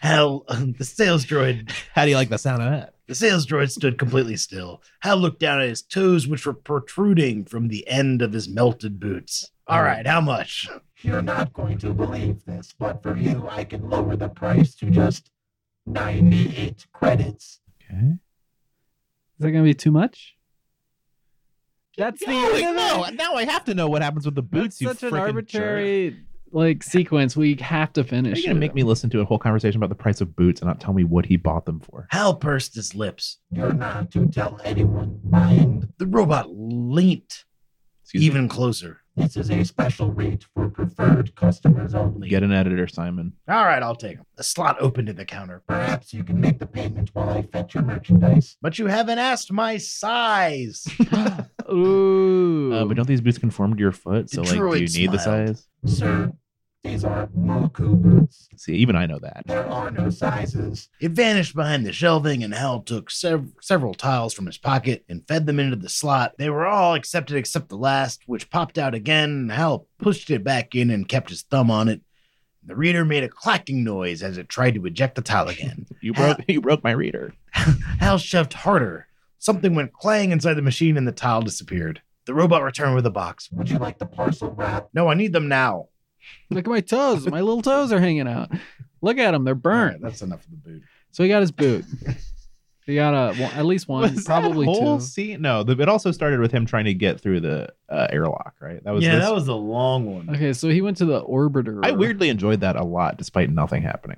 S2: Hal, [laughs] the sales droid
S1: How do you like the sound of that?
S2: The sales droid stood completely still. Hal looked down at his toes, which were protruding from the end of his melted boots. All right, how much?
S4: You're not going to believe this, but for you, I can lower the price to just 98 credits.
S1: Okay.
S3: Is that gonna be too much?
S1: [laughs]
S3: That's the
S1: No,
S3: end of
S1: no,
S3: it.
S1: now I have to know what happens with the boots.
S3: That's
S1: you
S3: such an
S1: frickin' jerk.
S3: arbitrary like sequence. We have to
S1: Are
S3: finish.
S1: you going to
S3: it.
S1: make me listen to a whole conversation about the price of boots and not tell me what he bought them for?
S2: Hal pursed his lips.
S4: You're not to tell anyone, mind.
S2: The robot leant
S1: Excuse
S2: even closer.
S4: This is a special rate for preferred customers
S1: me.
S4: only.
S1: Get an editor,
S3: [laughs]
S1: Simon.
S2: All right, I'll take him. A slot opened in the counter.
S4: Perhaps you can make the payment while I fetch your merchandise.
S2: But you haven't asked my size.
S3: Ooh.
S1: Uh, but don't these boots conform to your foot? So,
S2: The
S1: like, do you
S2: droid
S1: need the
S2: smiled.
S1: size?
S4: Sir, these are Moku boots.
S1: See, even I know that.
S4: There are no sizes.
S2: It vanished behind the shelving, and Hal took sev- several tiles from his pocket and fed them into the slot. They were all accepted except the last, which popped out again. and Hal pushed it back in and kept his thumb on it. The reader made a clacking noise as it tried to eject the tile again.
S1: You
S2: How-
S1: broke, [laughs] you broke my reader.
S2: Hal shoved harder. Something went clang inside the machine, and the tile disappeared. The robot returned with a box.
S4: Would you like the parcel wrap?
S2: No, I need them now.
S3: Look at my toes. My little toes are hanging out. Look at them. They're
S2: All
S3: burnt.
S2: right, that's enough of the boot.
S3: So he got his boot. he got a one,
S1: [laughs]
S3: at least one,
S1: Was that
S3: Um, probably
S1: whole
S3: two.
S1: Scene? No, the, it also started with him trying to get through the uh, airlock, right? That was
S2: yeah,
S1: this-
S2: that was a long one.
S3: Okay, so he went to the orbiter.
S1: I weirdly enjoyed that a lot, despite nothing happening.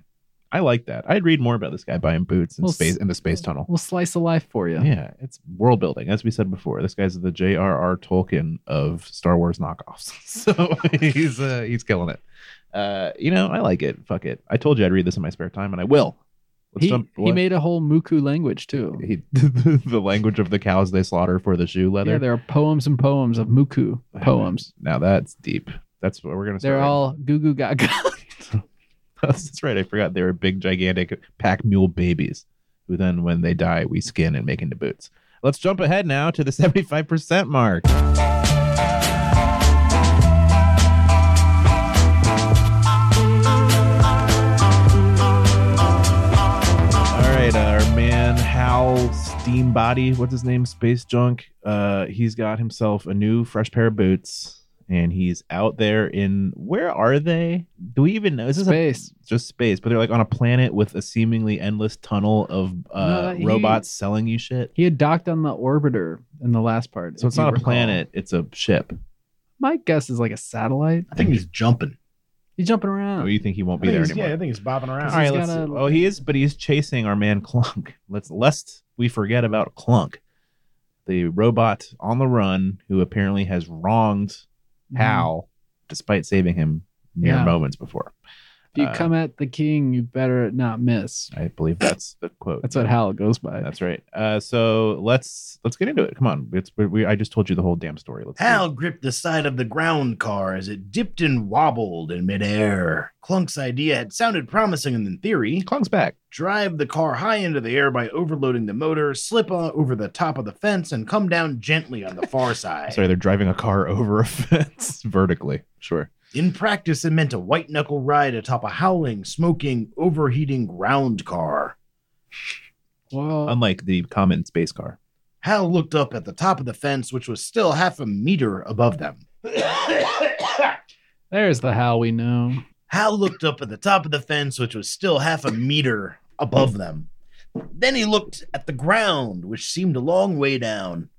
S1: I like that. I'd read more about this guy buying boots in
S3: Well,
S1: space
S3: s-
S1: in the space tunnel.
S3: We'll slice of life for you.
S1: Yeah. it's world building, as we said before. This guy's the J.R.R. Tolkien of Star Wars knockoffs, [laughs] so he's uh, he's killing it. Uh, you know, I like it. Fuck it. I told you I'd read this in my spare time, and I will. Let's
S3: he,
S1: jump-
S3: he
S1: what?
S3: made a whole Muku language too.
S1: [laughs] he, the language of the cows they slaughter for the shoe leather.
S3: Yeah, there are poems and poems of Muku poems.
S1: Now that's deep. That's what we're gonna. Start
S3: They're all goo goo
S1: [laughs]
S3: gaga.
S1: That's right. I forgot they were big, gigantic pack mule babies, who then, when they die, we skin and make into boots. Let's jump ahead now to the [laughs] seventy-five percent mark. All right, uh, our man Hal Steam Body, what's his name? Space Junk. Uh, he's got himself a new fresh pair of boots, and he's out there in where are they? Do we even know? Is this a,
S3: Space.
S1: just space? But they're like on a planet with a seemingly endless tunnel of
S3: No,
S1: uh,
S3: that he-
S1: robots selling you shit.
S3: He had docked on the orbiter in the last part.
S1: So
S3: if
S1: it's
S3: you
S1: not a
S3: recall.
S1: planet; it's a ship.
S3: My guess is like a satellite.
S2: I think he's jumping.
S3: He's jumping around.
S1: Oh, you think he won't be
S2: I think
S1: there
S2: he's-
S1: anymore?
S2: Yeah, I think he's bobbing around.
S1: All right,
S3: He's
S1: let's.
S3: got
S1: see.
S3: a-
S1: oh, he is, but he's chasing our man [laughs] Clunk. Let's lest we forget about Clunk, the robot on the run who apparently has wronged
S3: Mm-hmm.
S1: Hal, despite saving him mere
S3: Yeah.
S1: moments before.
S3: If you
S1: Uh,
S3: come at the king, you better not miss.
S1: I believe that's the quote.
S3: That's what Hal goes by.
S1: That's right. Uh, so let's let's get into it. Come on, it's we, we- I just told you the whole damn story. Let's do it.
S2: Hal gripped the side of the ground car as it dipped and wobbled in midair. Clunk's idea had sounded promising in theory.
S1: Clunk's back.
S2: Drive the car high into the air by overloading the motor, slip on over the top of the fence, and come down gently on the far side.
S1: Sorry, they're driving a car [laughs] over a fence vertically. Sure.
S2: In practice, it meant a white knuckle ride atop a howling, smoking, overheating ground car.
S3: Well,
S1: Unlike the common space car.
S2: Hal looked up at the top of the fence, which was still half a meter above them.
S3: there's the Hal we know.
S2: Hal looked up at the top of the fence, which was still half a meter above them. Then he looked at the ground, which seemed a long way down.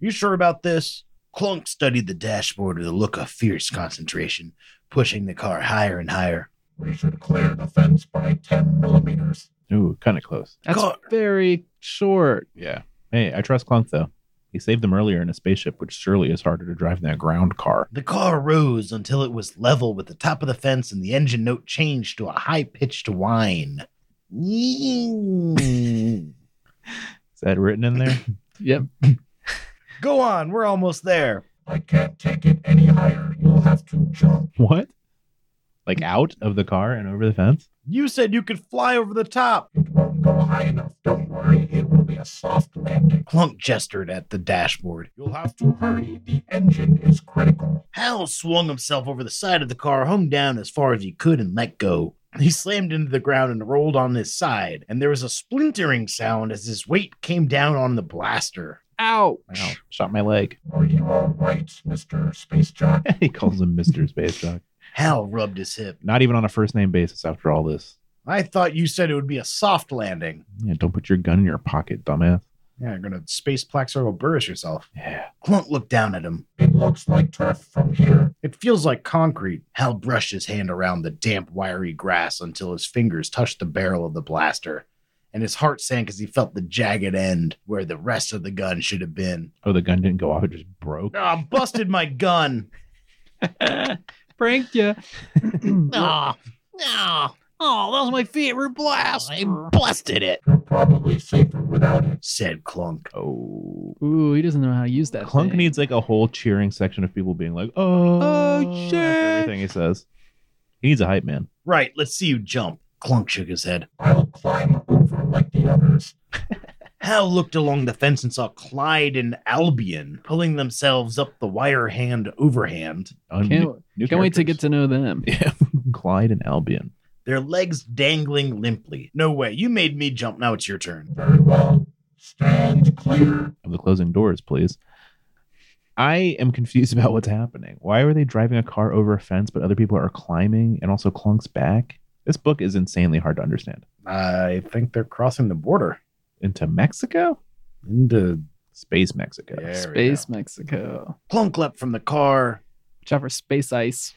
S2: You sure about this? Clunk studied the dashboard with a look of fierce concentration. pushing the car higher and higher.
S4: We should clear the fence by 10 millimeters.
S1: Ooh, kind of close.
S3: That's
S2: Car.
S3: very short.
S1: Yeah. Hey, I trust Clunk though. He saved them earlier in a spaceship, which surely is harder to drive than a ground car.
S2: The car rose until it was level with the top of the fence and the engine note changed to a high pitched whine. Go
S1: Is that written in there?
S3: Yep.
S2: on, we're almost there.
S4: I can't take it any higher. You'll have to jump.
S1: what? Like out of the car and over the fence?
S2: You said you could fly over the top.
S4: It won't go high enough. Don't worry. It will be a soft landing.
S2: Clunk gestured at the dashboard.
S4: You'll have to hurry. The engine is critical.
S2: Hal swung himself over the side of the car, hung down as far as he could, and let go. He slammed into the ground and rolled on his side, and there was a splintering sound as his weight came down on the blaster.
S3: Ouch.
S1: Wow. Shot my leg. [laughs]
S4: Are you all right, Mr. Space Jock?
S1: he calls him Mr. Space Dog.
S2: Hal rubbed his hip.
S1: Not even on a first name basis after all this.
S2: I thought you said it would be a soft landing.
S1: Yeah, don't put your gun in your pocket, dumbass.
S2: Yeah, you're gonna space plaxo burris yourself.
S1: Yeah.
S2: Clunk looked down at him.
S4: It looks like turf from here.
S2: It feels like concrete. Hal brushed his hand around the damp, wiry grass until his fingers touched the barrel of the blaster, and his heart sank as he felt the jagged end where the rest of the gun should have been.
S1: Oh, the gun didn't go off. It just broke.
S2: Ah, busted my gun.
S1: [coughs]
S3: Pranked you.
S2: [laughs] Ah, ah. Oh, that was my favorite blast. I busted it,
S4: You're probably safer without it.
S2: said Clunk.
S1: Oh.
S3: [coughs] Ooh, he doesn't know how to use that.
S1: Clunk
S3: thing.
S1: needs like a whole cheering section of people being like, oh,
S3: Oh,
S1: after
S3: shit.
S1: Everything he says. He needs a hype man.
S2: Right, let's see you jump. Clunk shook his head.
S4: I'll climb over like the others.
S2: Hal looked along the fence and saw Clyde and Albion pulling themselves up the wire hand overhand,
S1: Un-
S3: Can't,
S1: new
S3: can't wait to get
S1: characters.
S3: to know them.
S1: [laughs] Yeah. Clyde and Albion.
S2: their legs dangling limply. No way, you made me jump. Now it's your turn.
S4: Very well. Stand clear.
S1: Of the closing doors, please. I am confused [laughs] about what's happening. Why were they driving a car over a fence, but other people are climbing and also Clunk's back? This book is insanely hard to understand.
S2: I think they're crossing the border
S1: Into Mexico?
S2: into
S1: Space Mexico.
S3: Space Mexico.
S2: Clunk leapt from the car,
S3: Watch out for space ice.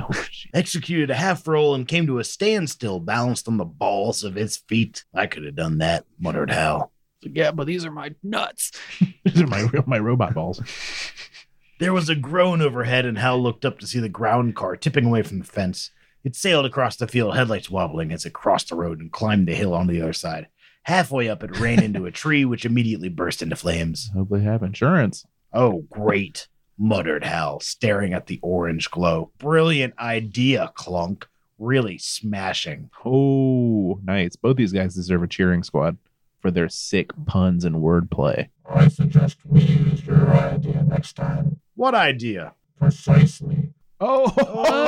S1: Oh, shit.
S2: executed a half roll, and came to a standstill, balanced on the balls of his feet. I could have done that, muttered Hal.
S3: Yeah, but these are my
S1: [laughs]
S3: nuts.
S1: [laughs] These are my, my robot balls.
S2: There was a groan overhead, and Hal looked up to see the ground car tipping away from the fence. It sailed across the field, headlights wobbling as it crossed the road and climbed the hill on the other side. Halfway up, it ran into a tree, which immediately burst into flames.
S1: Hopefully have insurance.
S2: Oh, great, muttered Hal, staring at the orange glow. Brilliant idea, Clunk. Really smashing.
S1: Oh, nice. Both these guys deserve a cheering squad for their sick puns and wordplay.
S4: I suggest we use your idea next time.
S2: What idea?
S4: Precisely.
S1: Oh,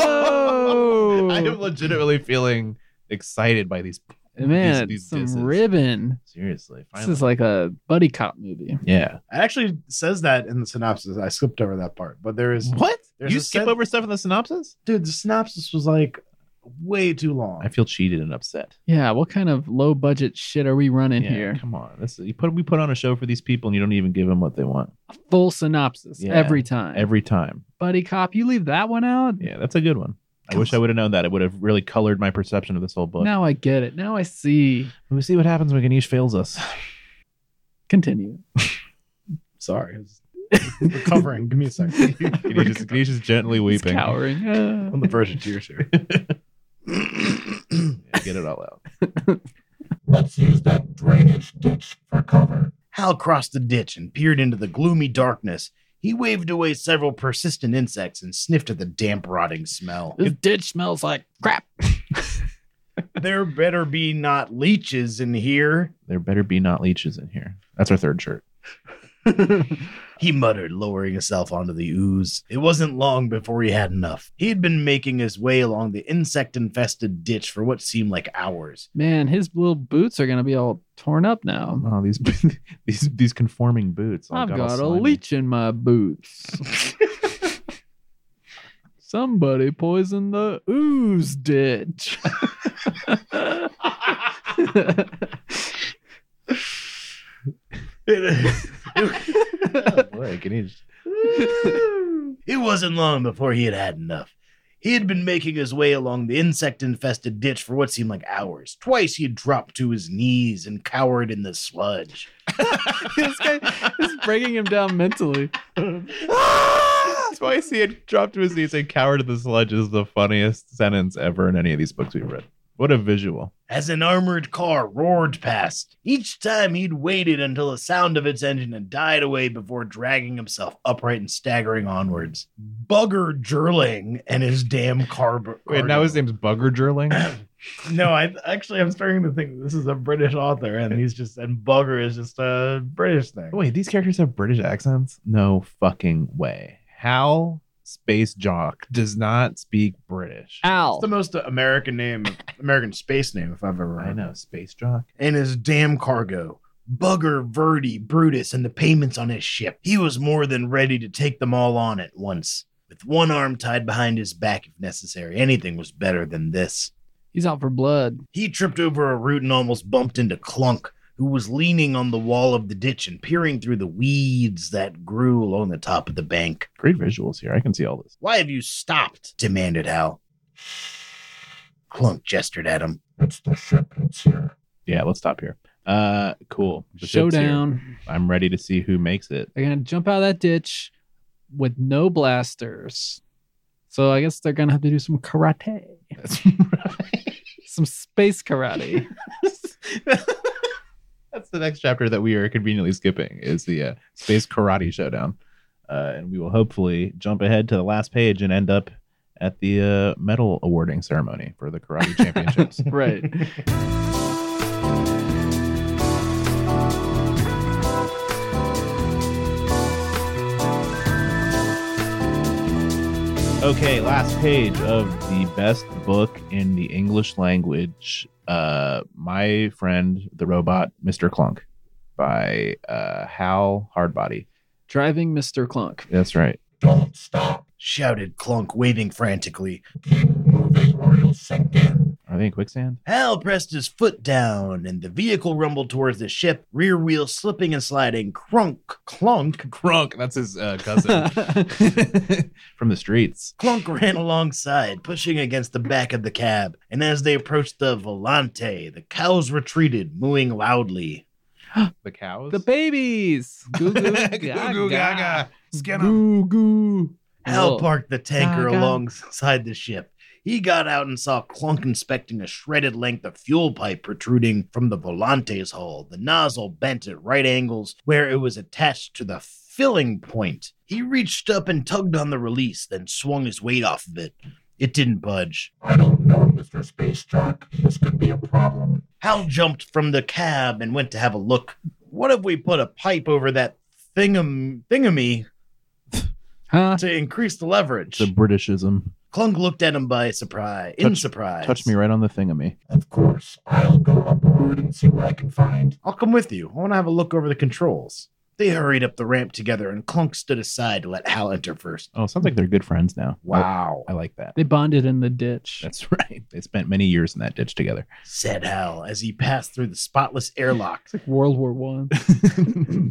S3: Oh.
S1: [laughs] I am legitimately feeling excited by these.
S3: Man,
S1: These- these
S3: some
S1: disses.
S3: ribbon.
S1: Seriously,
S3: This is like a buddy cop movie.
S1: yeah.
S2: It actually says that in the synopsis. I skipped over that part, but
S1: [laughs]
S2: there is.
S1: What?
S2: There's
S1: you
S2: a
S1: skip
S2: sen-
S1: over stuff in the synopsis?
S2: Dude, the synopsis was like way too long.
S1: I feel cheated and upset.
S3: Yeah, what kind of low budget shit are we running
S1: Yeah,
S3: here?
S1: come on. This is, you put we put on a show for these people, and you don't even give them what they want
S3: Full synopsis
S1: Yeah,
S3: every time.
S1: every time.
S3: buddy cop, you leave that one out.
S1: Yeah, that's a good one. I wish I would have known that. It would have really colored my perception of this whole book.
S3: Now I get it. Now I see.
S1: We see what happens when Ganesh fails us. [laughs]
S3: Continue.
S2: Sorry, I was recovering. Give me a second.
S3: [laughs]
S1: Ganesh is, Ganesh is gently
S3: He's
S1: weeping. [laughs]
S3: cowering. Ah.
S2: on the verge of tears here.
S1: Yeah, get it all out.
S4: Let's use that drainage ditch for cover.
S2: Hal crossed the ditch and peered into the gloomy darkness. He waved away several persistent insects and sniffed at the damp, rotting smell.
S3: this ditch smells like crap.
S2: there better be not leeches in here,
S1: There better be not leeches in here. That's our third shirt.
S2: he muttered, lowering himself onto the ooze. It wasn't long before he had enough. He had been making his way along the insect infested ditch for what seemed like hours.
S3: Man, his little boots are gonna be all torn up now.
S1: Oh, these [laughs] these these conforming boots. all
S3: I've
S1: all
S3: got a
S1: slimy. [laughs]
S3: leech in my boots. Somebody poisoned the ooze ditch. [laughs]
S1: Oh, boy, can you just-
S3: [laughs]
S2: It wasn't long before he had had enough. He had been making his way along the insect infested ditch for what seemed like hours. Twice he had dropped to his knees and cowered in the sludge.
S3: this guy is breaking him down mentally.
S1: Ah!
S5: Twice he had dropped to his knees and cowered in the sludge is the funniest sentence ever in any of these books we've read. What a visual.
S2: As an armored car roared past, each time he'd waited until the sound of its engine had died away before dragging himself upright and staggering onwards. Bugger Gerling and his damn car.
S5: Wait, now his name's Bugger
S3: [clears throat]
S5: Gerling?
S2: No, I actually I'm starting to think this is a British author, and he's just and bugger is just a British thing.
S1: Wait, these characters have British accents? No fucking way. Hal Space Jock does not speak British.
S2: It's
S3: Ow.
S2: the most American name, American space name, if I've ever heard.
S1: I know, Space Jock.
S2: And his damn cargo. Bugger, Verdi, Brutus, and the payments on his ship. He was more than ready to take them all on at once, with one arm tied behind his back if necessary. Anything was better than this.
S3: He's out for blood.
S2: He tripped over a root and almost bumped into Clunk, who was leaning on the wall of the ditch and peering through the weeds that grew along the top of the bank.
S1: Great visuals here. I can see all this.
S2: Why have you stopped? demanded Hal. Clunk gestured at him.
S4: It's the ship, it's here.
S1: Yeah, let's stop here. Uh, cool. The ship's here.
S3: Showdown.
S1: I'm ready to see who makes it.
S3: They're gonna jump out of that ditch with no blasters. So I guess they're gonna have to do some karate.
S1: That's right.
S3: Some space
S1: [laughs]
S3: karate.
S1: That's the next chapter that we are conveniently skipping is the uh, space karate showdown, uh, and we will hopefully jump ahead to the last page and end up at the uh, medal awarding ceremony for the karate championships.
S3: right.
S1: Okay, last page of the best book in the English language. Uh, My friend, the robot, Mr. Clunk, by uh, Hal Hardbody.
S3: Driving Mr. Clunk.
S1: That's right.
S4: Don't stop.
S2: Shouted Clunk, waving frantically.
S4: Keep moving or you'll sink in.
S1: Are they in quicksand?
S2: Hal pressed his foot down, and the vehicle rumbled towards the ship, rear wheel slipping and sliding. Crunk, clunk.
S1: Crunk, that's his uh, cousin [laughs] from the streets.
S2: Clunk ran alongside, pushing against the back of the cab. And as they approached the volante, the cows retreated, mooing loudly.
S1: The cows.
S3: the babies.
S1: [laughs]
S3: Goo goo
S1: Goo goo gaga. Skin 'em.
S3: Goo goo.
S2: Hal
S3: Whoa.
S2: parked the tanker
S3: Gaga.
S2: alongside the ship. He got out and saw Clunk inspecting a shredded length of fuel pipe protruding from the Volante's hull, the nozzle bent at right angles where it was attached to the filling point. He reached up and tugged on the release, then swung his weight off of it. It didn't budge.
S4: I don't know, Mr. Space Jock. This could be a problem.
S2: Hal jumped from the cab and went to have a look. What if we put a pipe over that thingam thingamy
S3: Huh?
S2: to increase the leverage?
S1: It's a Britishism.
S2: Clunk looked at him by surprise, in
S1: Touch-
S2: surprise.
S1: Touch me right on the thing of me.
S4: Of course, I'll go aboard and see what I can find.
S2: I'll come with you. I want to have a look over the controls. They hurried up the ramp together, and Clunk stood aside to let Hal enter first.
S1: Oh, sounds like they're good friends now.
S2: Wow,
S1: I, I like that.
S3: They bonded in the ditch.
S1: That's [laughs] right. They spent many years in that ditch [laughs] together.
S2: said Hal as he passed through the spotless airlock
S3: It's like [laughs] World
S1: [laughs]
S3: War One.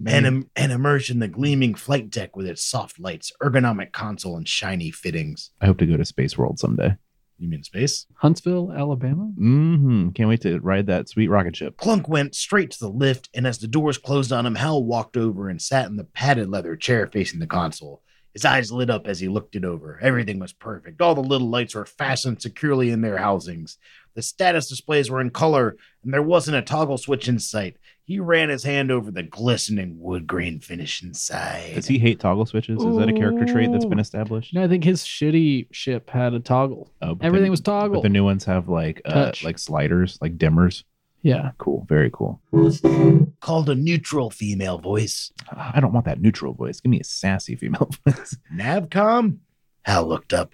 S2: and, em- and emerged in the gleaming flight deck with its soft lights, ergonomic console, and shiny fittings.
S1: I hope to go to Space World someday.
S2: You mean space?
S3: Huntsville, Alabama.
S1: Mm-hmm. Can't wait to ride that sweet rocket ship.
S2: Clunk went straight to the lift, and as the doors closed on him, Hal walked over and sat in the padded leather chair facing the console. His eyes lit up as he looked it over. Everything was perfect. All the little lights were fastened securely in their housings. The status displays were in color, and there wasn't a toggle switch in sight. He ran his hand over the glistening wood grain finish inside.
S1: Does he hate toggle switches? Is that a character trait that's been established?
S3: You know, I think his shitty ship had a toggle.
S1: Oh, but
S3: Everything
S1: the-
S3: was toggle.
S1: But the new ones have like uh,
S3: Touch.
S1: like sliders, like dimmers.
S3: yeah.
S1: Cool. Very cool.
S4: Who's there?
S2: Called a neutral female voice.
S1: Ah, I don't want that neutral voice. Give me a sassy female [laughs] voice.
S3: [laughs]
S2: Navcom? Hal looked up.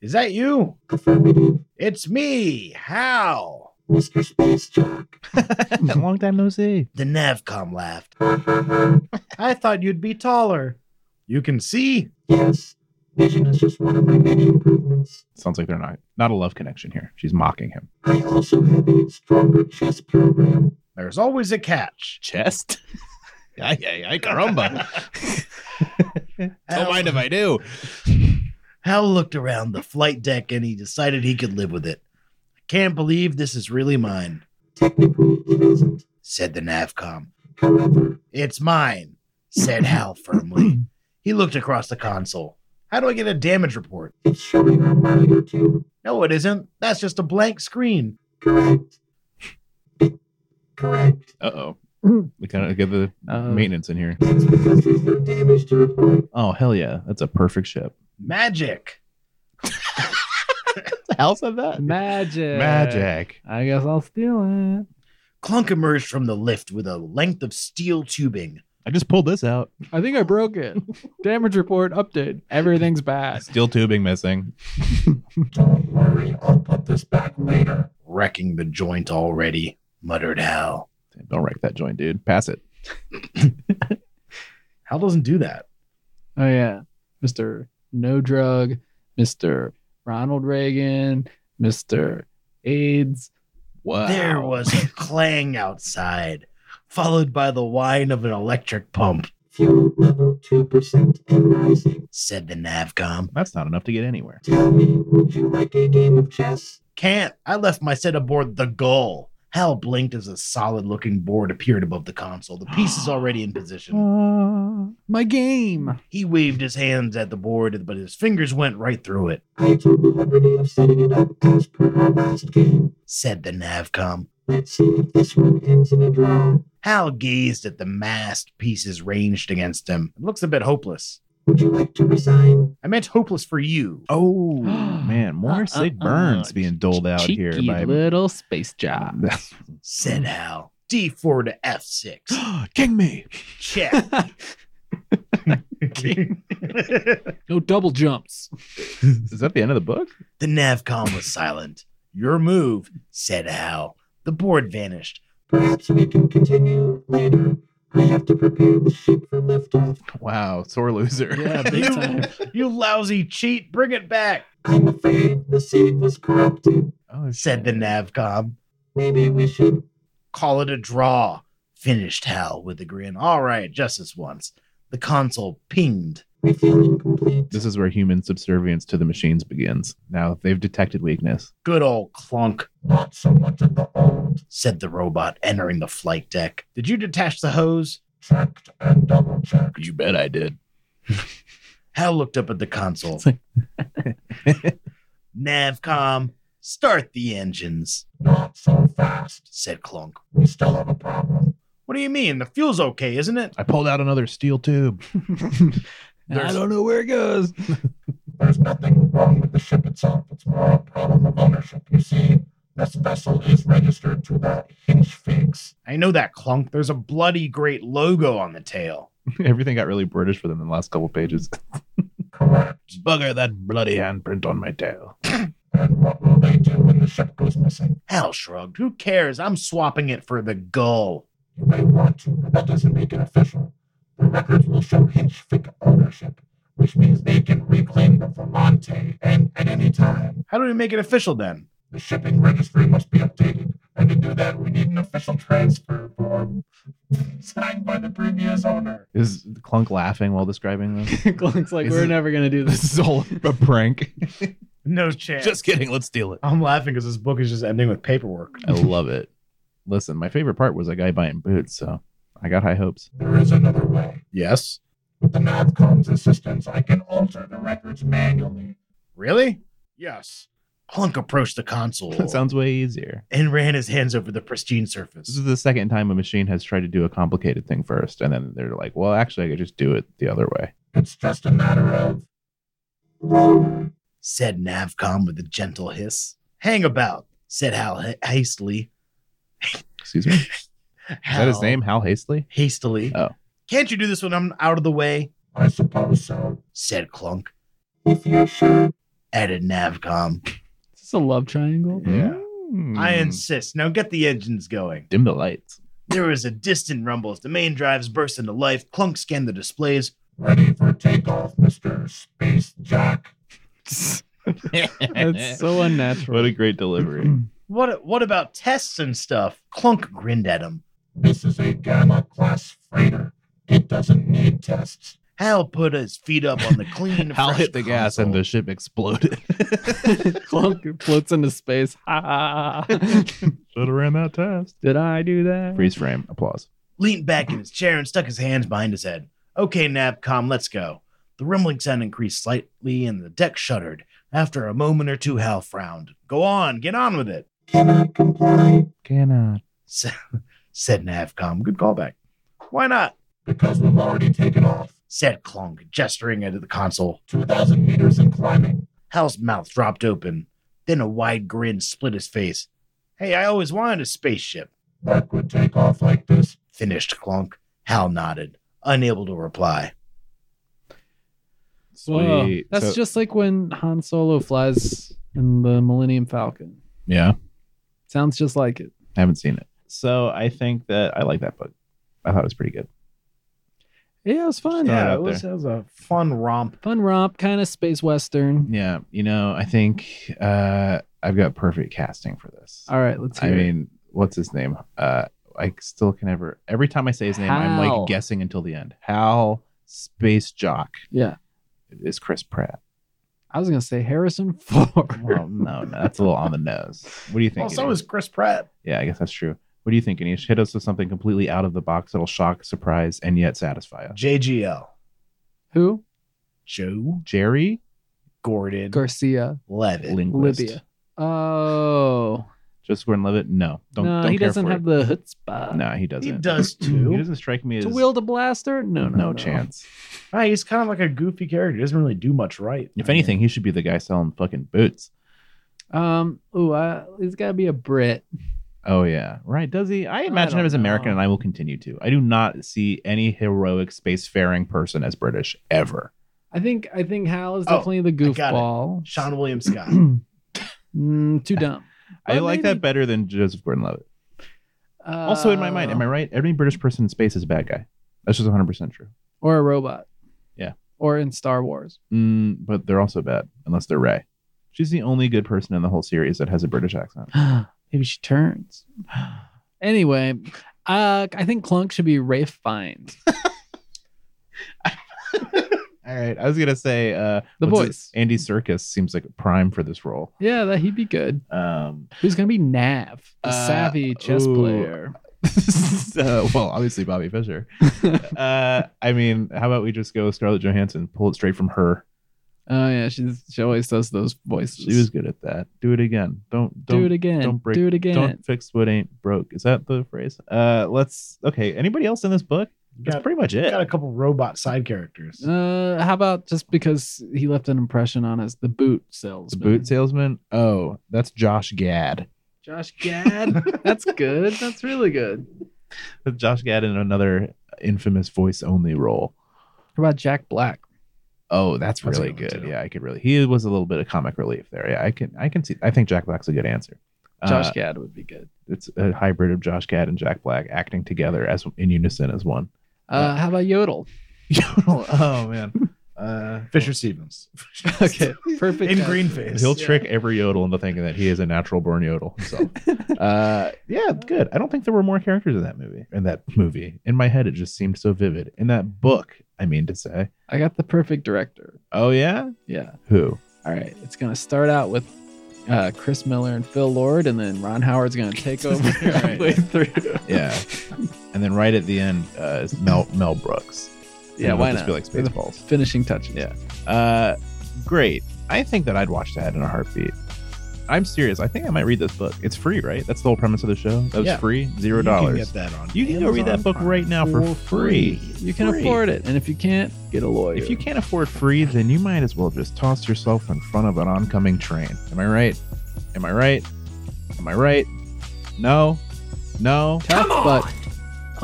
S2: Is that you?
S4: Affirmative,
S2: It's me, Hal.
S4: Mr. Space Jock.
S1: Long time no see.
S2: The Navcom laughed.
S4: Ha ha ha.
S2: [laughs] I thought you'd be taller. You can see.
S4: Yes, vision is just one of my many improvements.
S1: Sounds like they're not not a love connection here. She's mocking him.
S4: I also have a stronger chess program.
S2: There's always a catch.
S3: [laughs]
S1: Chest. [laughs] Ay, ay, ay, caramba.
S2: Hal,
S1: I do.
S2: Hal looked around the flight deck and he decided he could live with it. I can't believe this is really mine,
S4: Technically, it isn't.
S2: said the Navcom.
S4: However,
S2: It's mine, said Hal [clears throat] firmly. He looked across the console. How do I get a damage report?
S4: it's showing a mile or two.
S2: No, it isn't. That's just a blank screen.
S4: Correct. Correct.
S1: Uh
S3: [clears throat]
S1: oh. We gotta get the
S3: Uh,
S1: maintenance in here.
S4: That's because there's no damage to report.
S1: Oh hell yeah, that's a perfect ship.
S2: Magic.
S5: Hal said that?
S3: Magic.
S1: Magic.
S3: I guess I'll steal it.
S2: Clunk emerged from the lift with a length of steel tubing.
S1: I just pulled this [laughs] out.
S3: I think I
S1: [laughs]
S3: broke it. Damage report update. Everything's bad.
S1: Uh, Steel tubing missing.
S4: Don't worry, I'll put this back later.
S2: Wrecking the joint already, muttered Hal.
S1: Don't wreck that joint, dude. Pass it.
S2: Hal doesn't do that.
S3: Oh yeah, Mister No Drug, Mister Ronald Reagan, Mister AIDS.
S1: Wow.
S2: There was a clang outside, followed by the whine of an electric pump,
S4: Fuel level 2% and rising.
S2: said the Navcom.
S1: That's not enough to get
S3: [gasps]
S1: anywhere.
S4: Tell me, would you like a game of chess?
S2: Can't. I left my set aboard the Gull. Hal blinked as a solid looking board appeared above the console, the pieces already in position.
S3: Ah, my game.
S2: He waved his hands at the board, but his fingers went right through it,
S4: I took the liberty of setting it up as per our last game.
S2: said the Navcom.
S4: Let's see if this one ends in a draw.
S2: Hal gazed at the massed pieces ranged against him. It looks a bit hopeless.
S4: Would you like to resign?
S2: I meant hopeless for you.
S1: Oh man, more
S3: Uh,
S1: sick
S3: uh,
S1: burns
S3: uh.
S1: being doled out
S3: Cheeky
S1: here by [gasps]
S3: little space job.
S1: [laughs]
S2: said Hal. D4 to
S1: [gasps]
S2: F6.
S1: King me.
S2: Check. the
S3: no double jumps.
S1: Is that the end of the book?
S2: Navcom was silent. Your move, said Hal. The board vanished.
S4: Perhaps we can continue later. I have to prepare the ship for liftoff.
S1: Wow, sore loser.
S3: Yeah, big
S2: You,
S3: time.
S2: you lousy cheat, bring it back,
S4: I'm afraid the seed was corrupted.
S1: [laughs]
S3: [laughs]
S1: Oh,
S2: said the Navcom.
S4: Maybe we should
S2: Call it a draw, finished Hal with a grin. All right, just this once. The console pinged.
S4: We feel incomplete.
S1: This is where human subservience to the machines begins. Now they've detected weakness.
S2: Good old clunk,
S4: Not so much of the old.
S2: said the robot, entering the flight deck. Did you detach the hose?
S4: Checked and double checked.
S1: You bet I did.
S2: Hal looked up at the console.
S3: It's like-
S2: [laughs] Navcom, start the engines,
S4: Not so fast.
S2: said Clunk.
S4: We still have a problem.
S2: What do you mean? The fuel's okay, isn't it?
S1: I pulled out another steel
S3: [laughs]
S1: tube.
S3: [laughs] I [laughs] don't know where it goes.
S4: There's nothing wrong with the ship itself. It's more a problem of ownership. You see, this vessel is registered to that hinge fix.
S2: I know that, Clunk. There's a bloody great logo on the tail.
S1: [laughs] Everything got really British for them in the last couple pages. [laughs]
S4: Correct.
S1: Bugger that bloody handprint on my tail.
S4: And what will they do when the ship goes missing?
S2: Hal shrugged. Who cares? I'm swapping it for the gull.
S4: You may want to, but that doesn't make it official. The records will show hinge fix ownership, which means they can reclaim the Vermonte and at any time.
S2: How do we make it official then?
S4: The shipping registry must be updated, and to do that, we need an official transfer form signed by the previous owner.
S1: Is Clunk laughing while describing this?
S3: Glunk's like,
S1: Is
S3: we're
S1: it-
S3: never gonna do
S1: [laughs]
S3: this.
S1: this is all a prank.
S2: No
S1: [laughs]
S2: chance.
S1: Just kidding. Let's steal it.
S2: I'm laughing because this book is just ending with paperwork.
S1: I love it. Listen, my favorite part was a guy buying boots, so I got high hopes. [laughs]
S4: There is another way.
S2: Yes.
S4: With the Navcom's assistance, I can alter the records manually.
S2: Really? Yes. Clunk approached the [laughs] console
S1: That sounds way easier.
S2: and ran his hands over the pristine surface.
S1: This is the second time a machine has tried to do a complicated thing first, and then they're like, "Well, actually, I could just do it the other way."
S4: It's just a matter of. Lower.
S2: said Navcom with a gentle hiss. Hang about, said Hal ha- hastily.
S1: Excuse me. Is that his
S2: Hal
S1: name? Hal Hastily.
S2: Hastily.
S1: Oh.
S2: Can't you do this when I'm out of the way?
S4: I suppose so.
S2: said Clunk,
S4: If you're sure.
S2: added Navcom.
S3: Is this a love triangle? [laughs]
S1: Yeah.
S2: I insist. Now get the engines going.
S1: Hmm. Dim the lights.
S2: There was a distant rumble as the main drives burst into life. Clunk scanned the displays.
S4: Ready for takeoff, Mr. Space Jack.
S1: [laughs]
S3: That's so unnatural.
S1: What a great delivery.
S2: What what about tests and stuff? Clunk grinned at him.
S4: This is a Gamma class freighter. It doesn't need tests.
S2: Hal put his feet up on the
S1: [laughs]
S2: clean.
S1: Hal
S2: fresh
S1: hit the gas and
S2: console.
S1: the ship [laughs] exploded.
S3: Clunk floats into space. Ha!
S1: [laughs]
S3: Did
S1: Should have ran that test.
S3: I do that?
S1: Freeze frame. Applause.
S2: leaned back in his chair and stuck his hands behind his head. Okay, Napcom, let's go. The rumbling sound increased slightly and the deck shuddered. After a moment or two, Hal frowned. Go on, get on with it, [laughs]
S4: Cannot comply
S1: Cannot.
S2: sa- said Navcom. Good callback. Why not?
S4: because we've already taken off
S2: said Clunk, gesturing into the console.
S4: 2,000 meters and climbing.
S2: Hal's mouth dropped open. Then a wide grin split his face. Hey, I always wanted a spaceship,
S4: That would take off like this.
S2: finished Clunk. Hal nodded, unable to reply.
S3: Whoa.
S1: Sweet.
S3: That's
S1: So-
S3: just like when Han Solo flies in the Millennium Falcon.
S1: yeah.
S3: Sounds just like it.
S1: I haven't seen it. So I think that I like that book. I thought it was pretty good.
S3: Yeah, it was fun.
S1: Throw it
S2: Yeah,
S1: out
S2: it was,
S1: there.
S2: it was a fun romp.
S3: Fun romp, kind of space western.
S1: Yeah. You know, I think uh, I've got perfect casting for this.
S3: All right, let's hear
S1: I
S3: it.
S1: mean, what's his name? Uh, I still can never. Every time I say his name, I'm
S3: Hal.
S1: like guessing until the end. Hal Space Jock
S3: Yeah,
S1: is Chris Pratt.
S3: I was gonna say Harrison Ford. [laughs]
S1: Well, no, no, that's a little on the nose. What do you think?
S2: Well, so
S1: Anish?
S2: is Chris Pratt.
S1: yeah, I guess that's true. What do you think, Anish? Hit us with something completely out of the box that'll shock, surprise, and yet satisfy us.
S2: JGL.
S3: Who?
S2: Joe
S1: Jerry
S2: Gordon
S3: Garcia.
S2: Levitt.
S1: Linguist.
S3: Libya. Oh,
S1: Just Gordon Levitt? No. Don't,
S3: no,
S1: don't
S3: he
S1: care
S3: doesn't
S1: for
S3: have
S1: it.
S3: the chutzpah.
S1: No, he doesn't.
S2: He [clears throat] does
S1: He
S2: too.
S1: doesn't strike me as
S3: To wield a blaster? No,
S1: no,
S3: no, no.
S1: chance.
S2: Ah, he's kind of like a goofy character. He doesn't really do much right.
S1: If anything, he should be the guy selling fucking boots.
S3: Um, ooh, uh, he's got to be a Brit.
S1: Oh yeah, right. Does he? I imagine
S3: don't
S1: him as American,
S3: know.
S1: and I will continue to. I do not see any heroic spacefaring person as British ever.
S3: I think I think Hal is
S2: Oh,
S3: definitely the
S2: I got it.
S3: goofball.
S2: Sean [clears throat] William Scott.
S3: [clears throat]
S1: [laughs]
S3: Mm, too dumb.
S1: I
S3: But
S1: like
S3: maybe-
S1: that better than Joseph Gordon-Levitt. also, in my mind, am I
S3: Uh,
S1: right? Every British person in space is a bad guy. That's just one hundred percent true.
S3: Or a robot.
S1: Yeah.
S3: Or in Star
S1: [gasps]
S3: Wars.
S1: Mm, but they're also bad unless they're Ray. She's the only good person in the whole series that has a British accent.
S3: Maybe she turns. Anyway, uh, I think Clunk should be Rafe
S1: [laughs]
S3: Fiennes.
S1: All right, I was gonna say uh,
S3: The
S1: what's
S3: voice.
S1: his- Andy Circus seems like prime for this role.
S3: Yeah, that he'd be good.
S1: Um, [laughs]
S3: Who's gonna be Nav, the
S1: Uh,
S3: savvy chess
S1: ooh.
S3: player?
S1: uh, well, obviously Bobby
S3: [laughs]
S1: Fischer. uh, I mean, how about we just go Scarlett Johansson, pull it straight from her.
S3: Oh yeah, she's she always does those voices.
S1: She was good at that. Do it again. Don't don't
S3: do it again.
S1: don't break-
S3: do it again.
S1: don't fix what ain't broke. Is that the phrase? Uh, let's okay. Anybody else in this book? That's
S2: Got-
S1: pretty much it.
S2: Got a couple robot side characters.
S3: Uh, how about just because he left an impression on us, the boot sales.
S1: The boot salesman. Oh, that's Josh Gad.
S3: Josh
S1: [laughs]
S3: Gad. That's good. That's really good.
S1: Josh Gad in another infamous voice only role.
S3: How about Jack Black?
S1: Oh, that's
S2: That's a
S1: really
S2: good
S1: good.
S2: one, too.
S1: Yeah, I could really. He was a little bit of comic relief there. Yeah, I can. I can see. I think Jack Black's a good answer.
S3: Josh
S1: Uh,
S3: Gad would be good.
S1: it's a hybrid of Josh Gad and Jack Black acting together as in unison as one.
S3: Uh, how about
S1: [laughs]
S3: Yodel?
S1: oh [laughs] man, uh, [laughs]
S2: Fisher Stevens.
S3: Okay, [laughs] perfect.
S2: In
S3: guy.
S2: Greenface.
S1: he'll
S2: He'll
S1: trick every yodel into thinking that he is a natural born yodel himself. uh, yeah, good. I don't think there were more characters in that movie. In that movie, in my head, it just seemed so vivid. In that book, I mean to say.
S3: [laughs] I got the perfect director.
S1: Oh yeah,
S3: Yeah.
S1: who?
S3: All right. It's gonna start out with uh, Chris Miller and Phil Lord, and then Ron Howard's
S1: [laughs]
S3: gonna take over [laughs] halfway through.
S1: Yeah, and then right at the end uh, is Mel Mel Brooks.
S3: Yeah,
S1: It'll
S3: why
S1: just
S3: not?
S1: Be like
S3: They're the
S1: Spaceballs.
S3: Finishing touches.
S1: Yeah. Uh, great. I think that I'd watch that in a heartbeat. I'm serious. I think I might read this book. It's free, right? That's the whole premise of the show. That was
S2: Yeah.
S1: free, zero
S2: You can
S1: dollars.
S2: get that on.
S1: You can go read that
S2: Amazon
S1: book
S2: Prime.
S1: right now for free.
S3: You can
S1: Free.
S3: afford it, and if you can't, get a lawyer.
S1: If you can't afford free, then you might as well just toss yourself in front of an oncoming train. Am I right? Am I right? Am I right? No. No.
S3: tough, but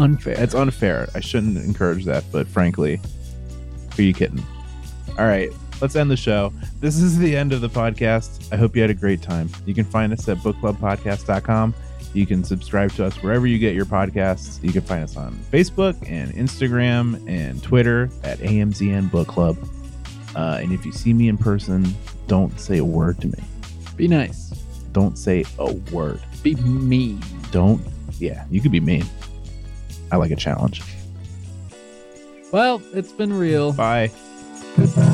S3: unfair.
S1: It's unfair. I shouldn't encourage that, but frankly, who you kidding? All right, let's end the show. This is the end of the podcast. I hope you had a great time. You can find us at bookclubpodcast.com. You can subscribe to us wherever you get your podcasts. You can find us on Facebook and Instagram and Twitter at AMZN Book Club. Uh, and if you see me in person, don't say a word to me.
S3: Be nice.
S1: Don't say a word.
S3: Be mean.
S1: Don't. Yeah, you could be mean. I like a challenge.
S6: Well, it's been real.
S3: Bye.
S1: Goodbye.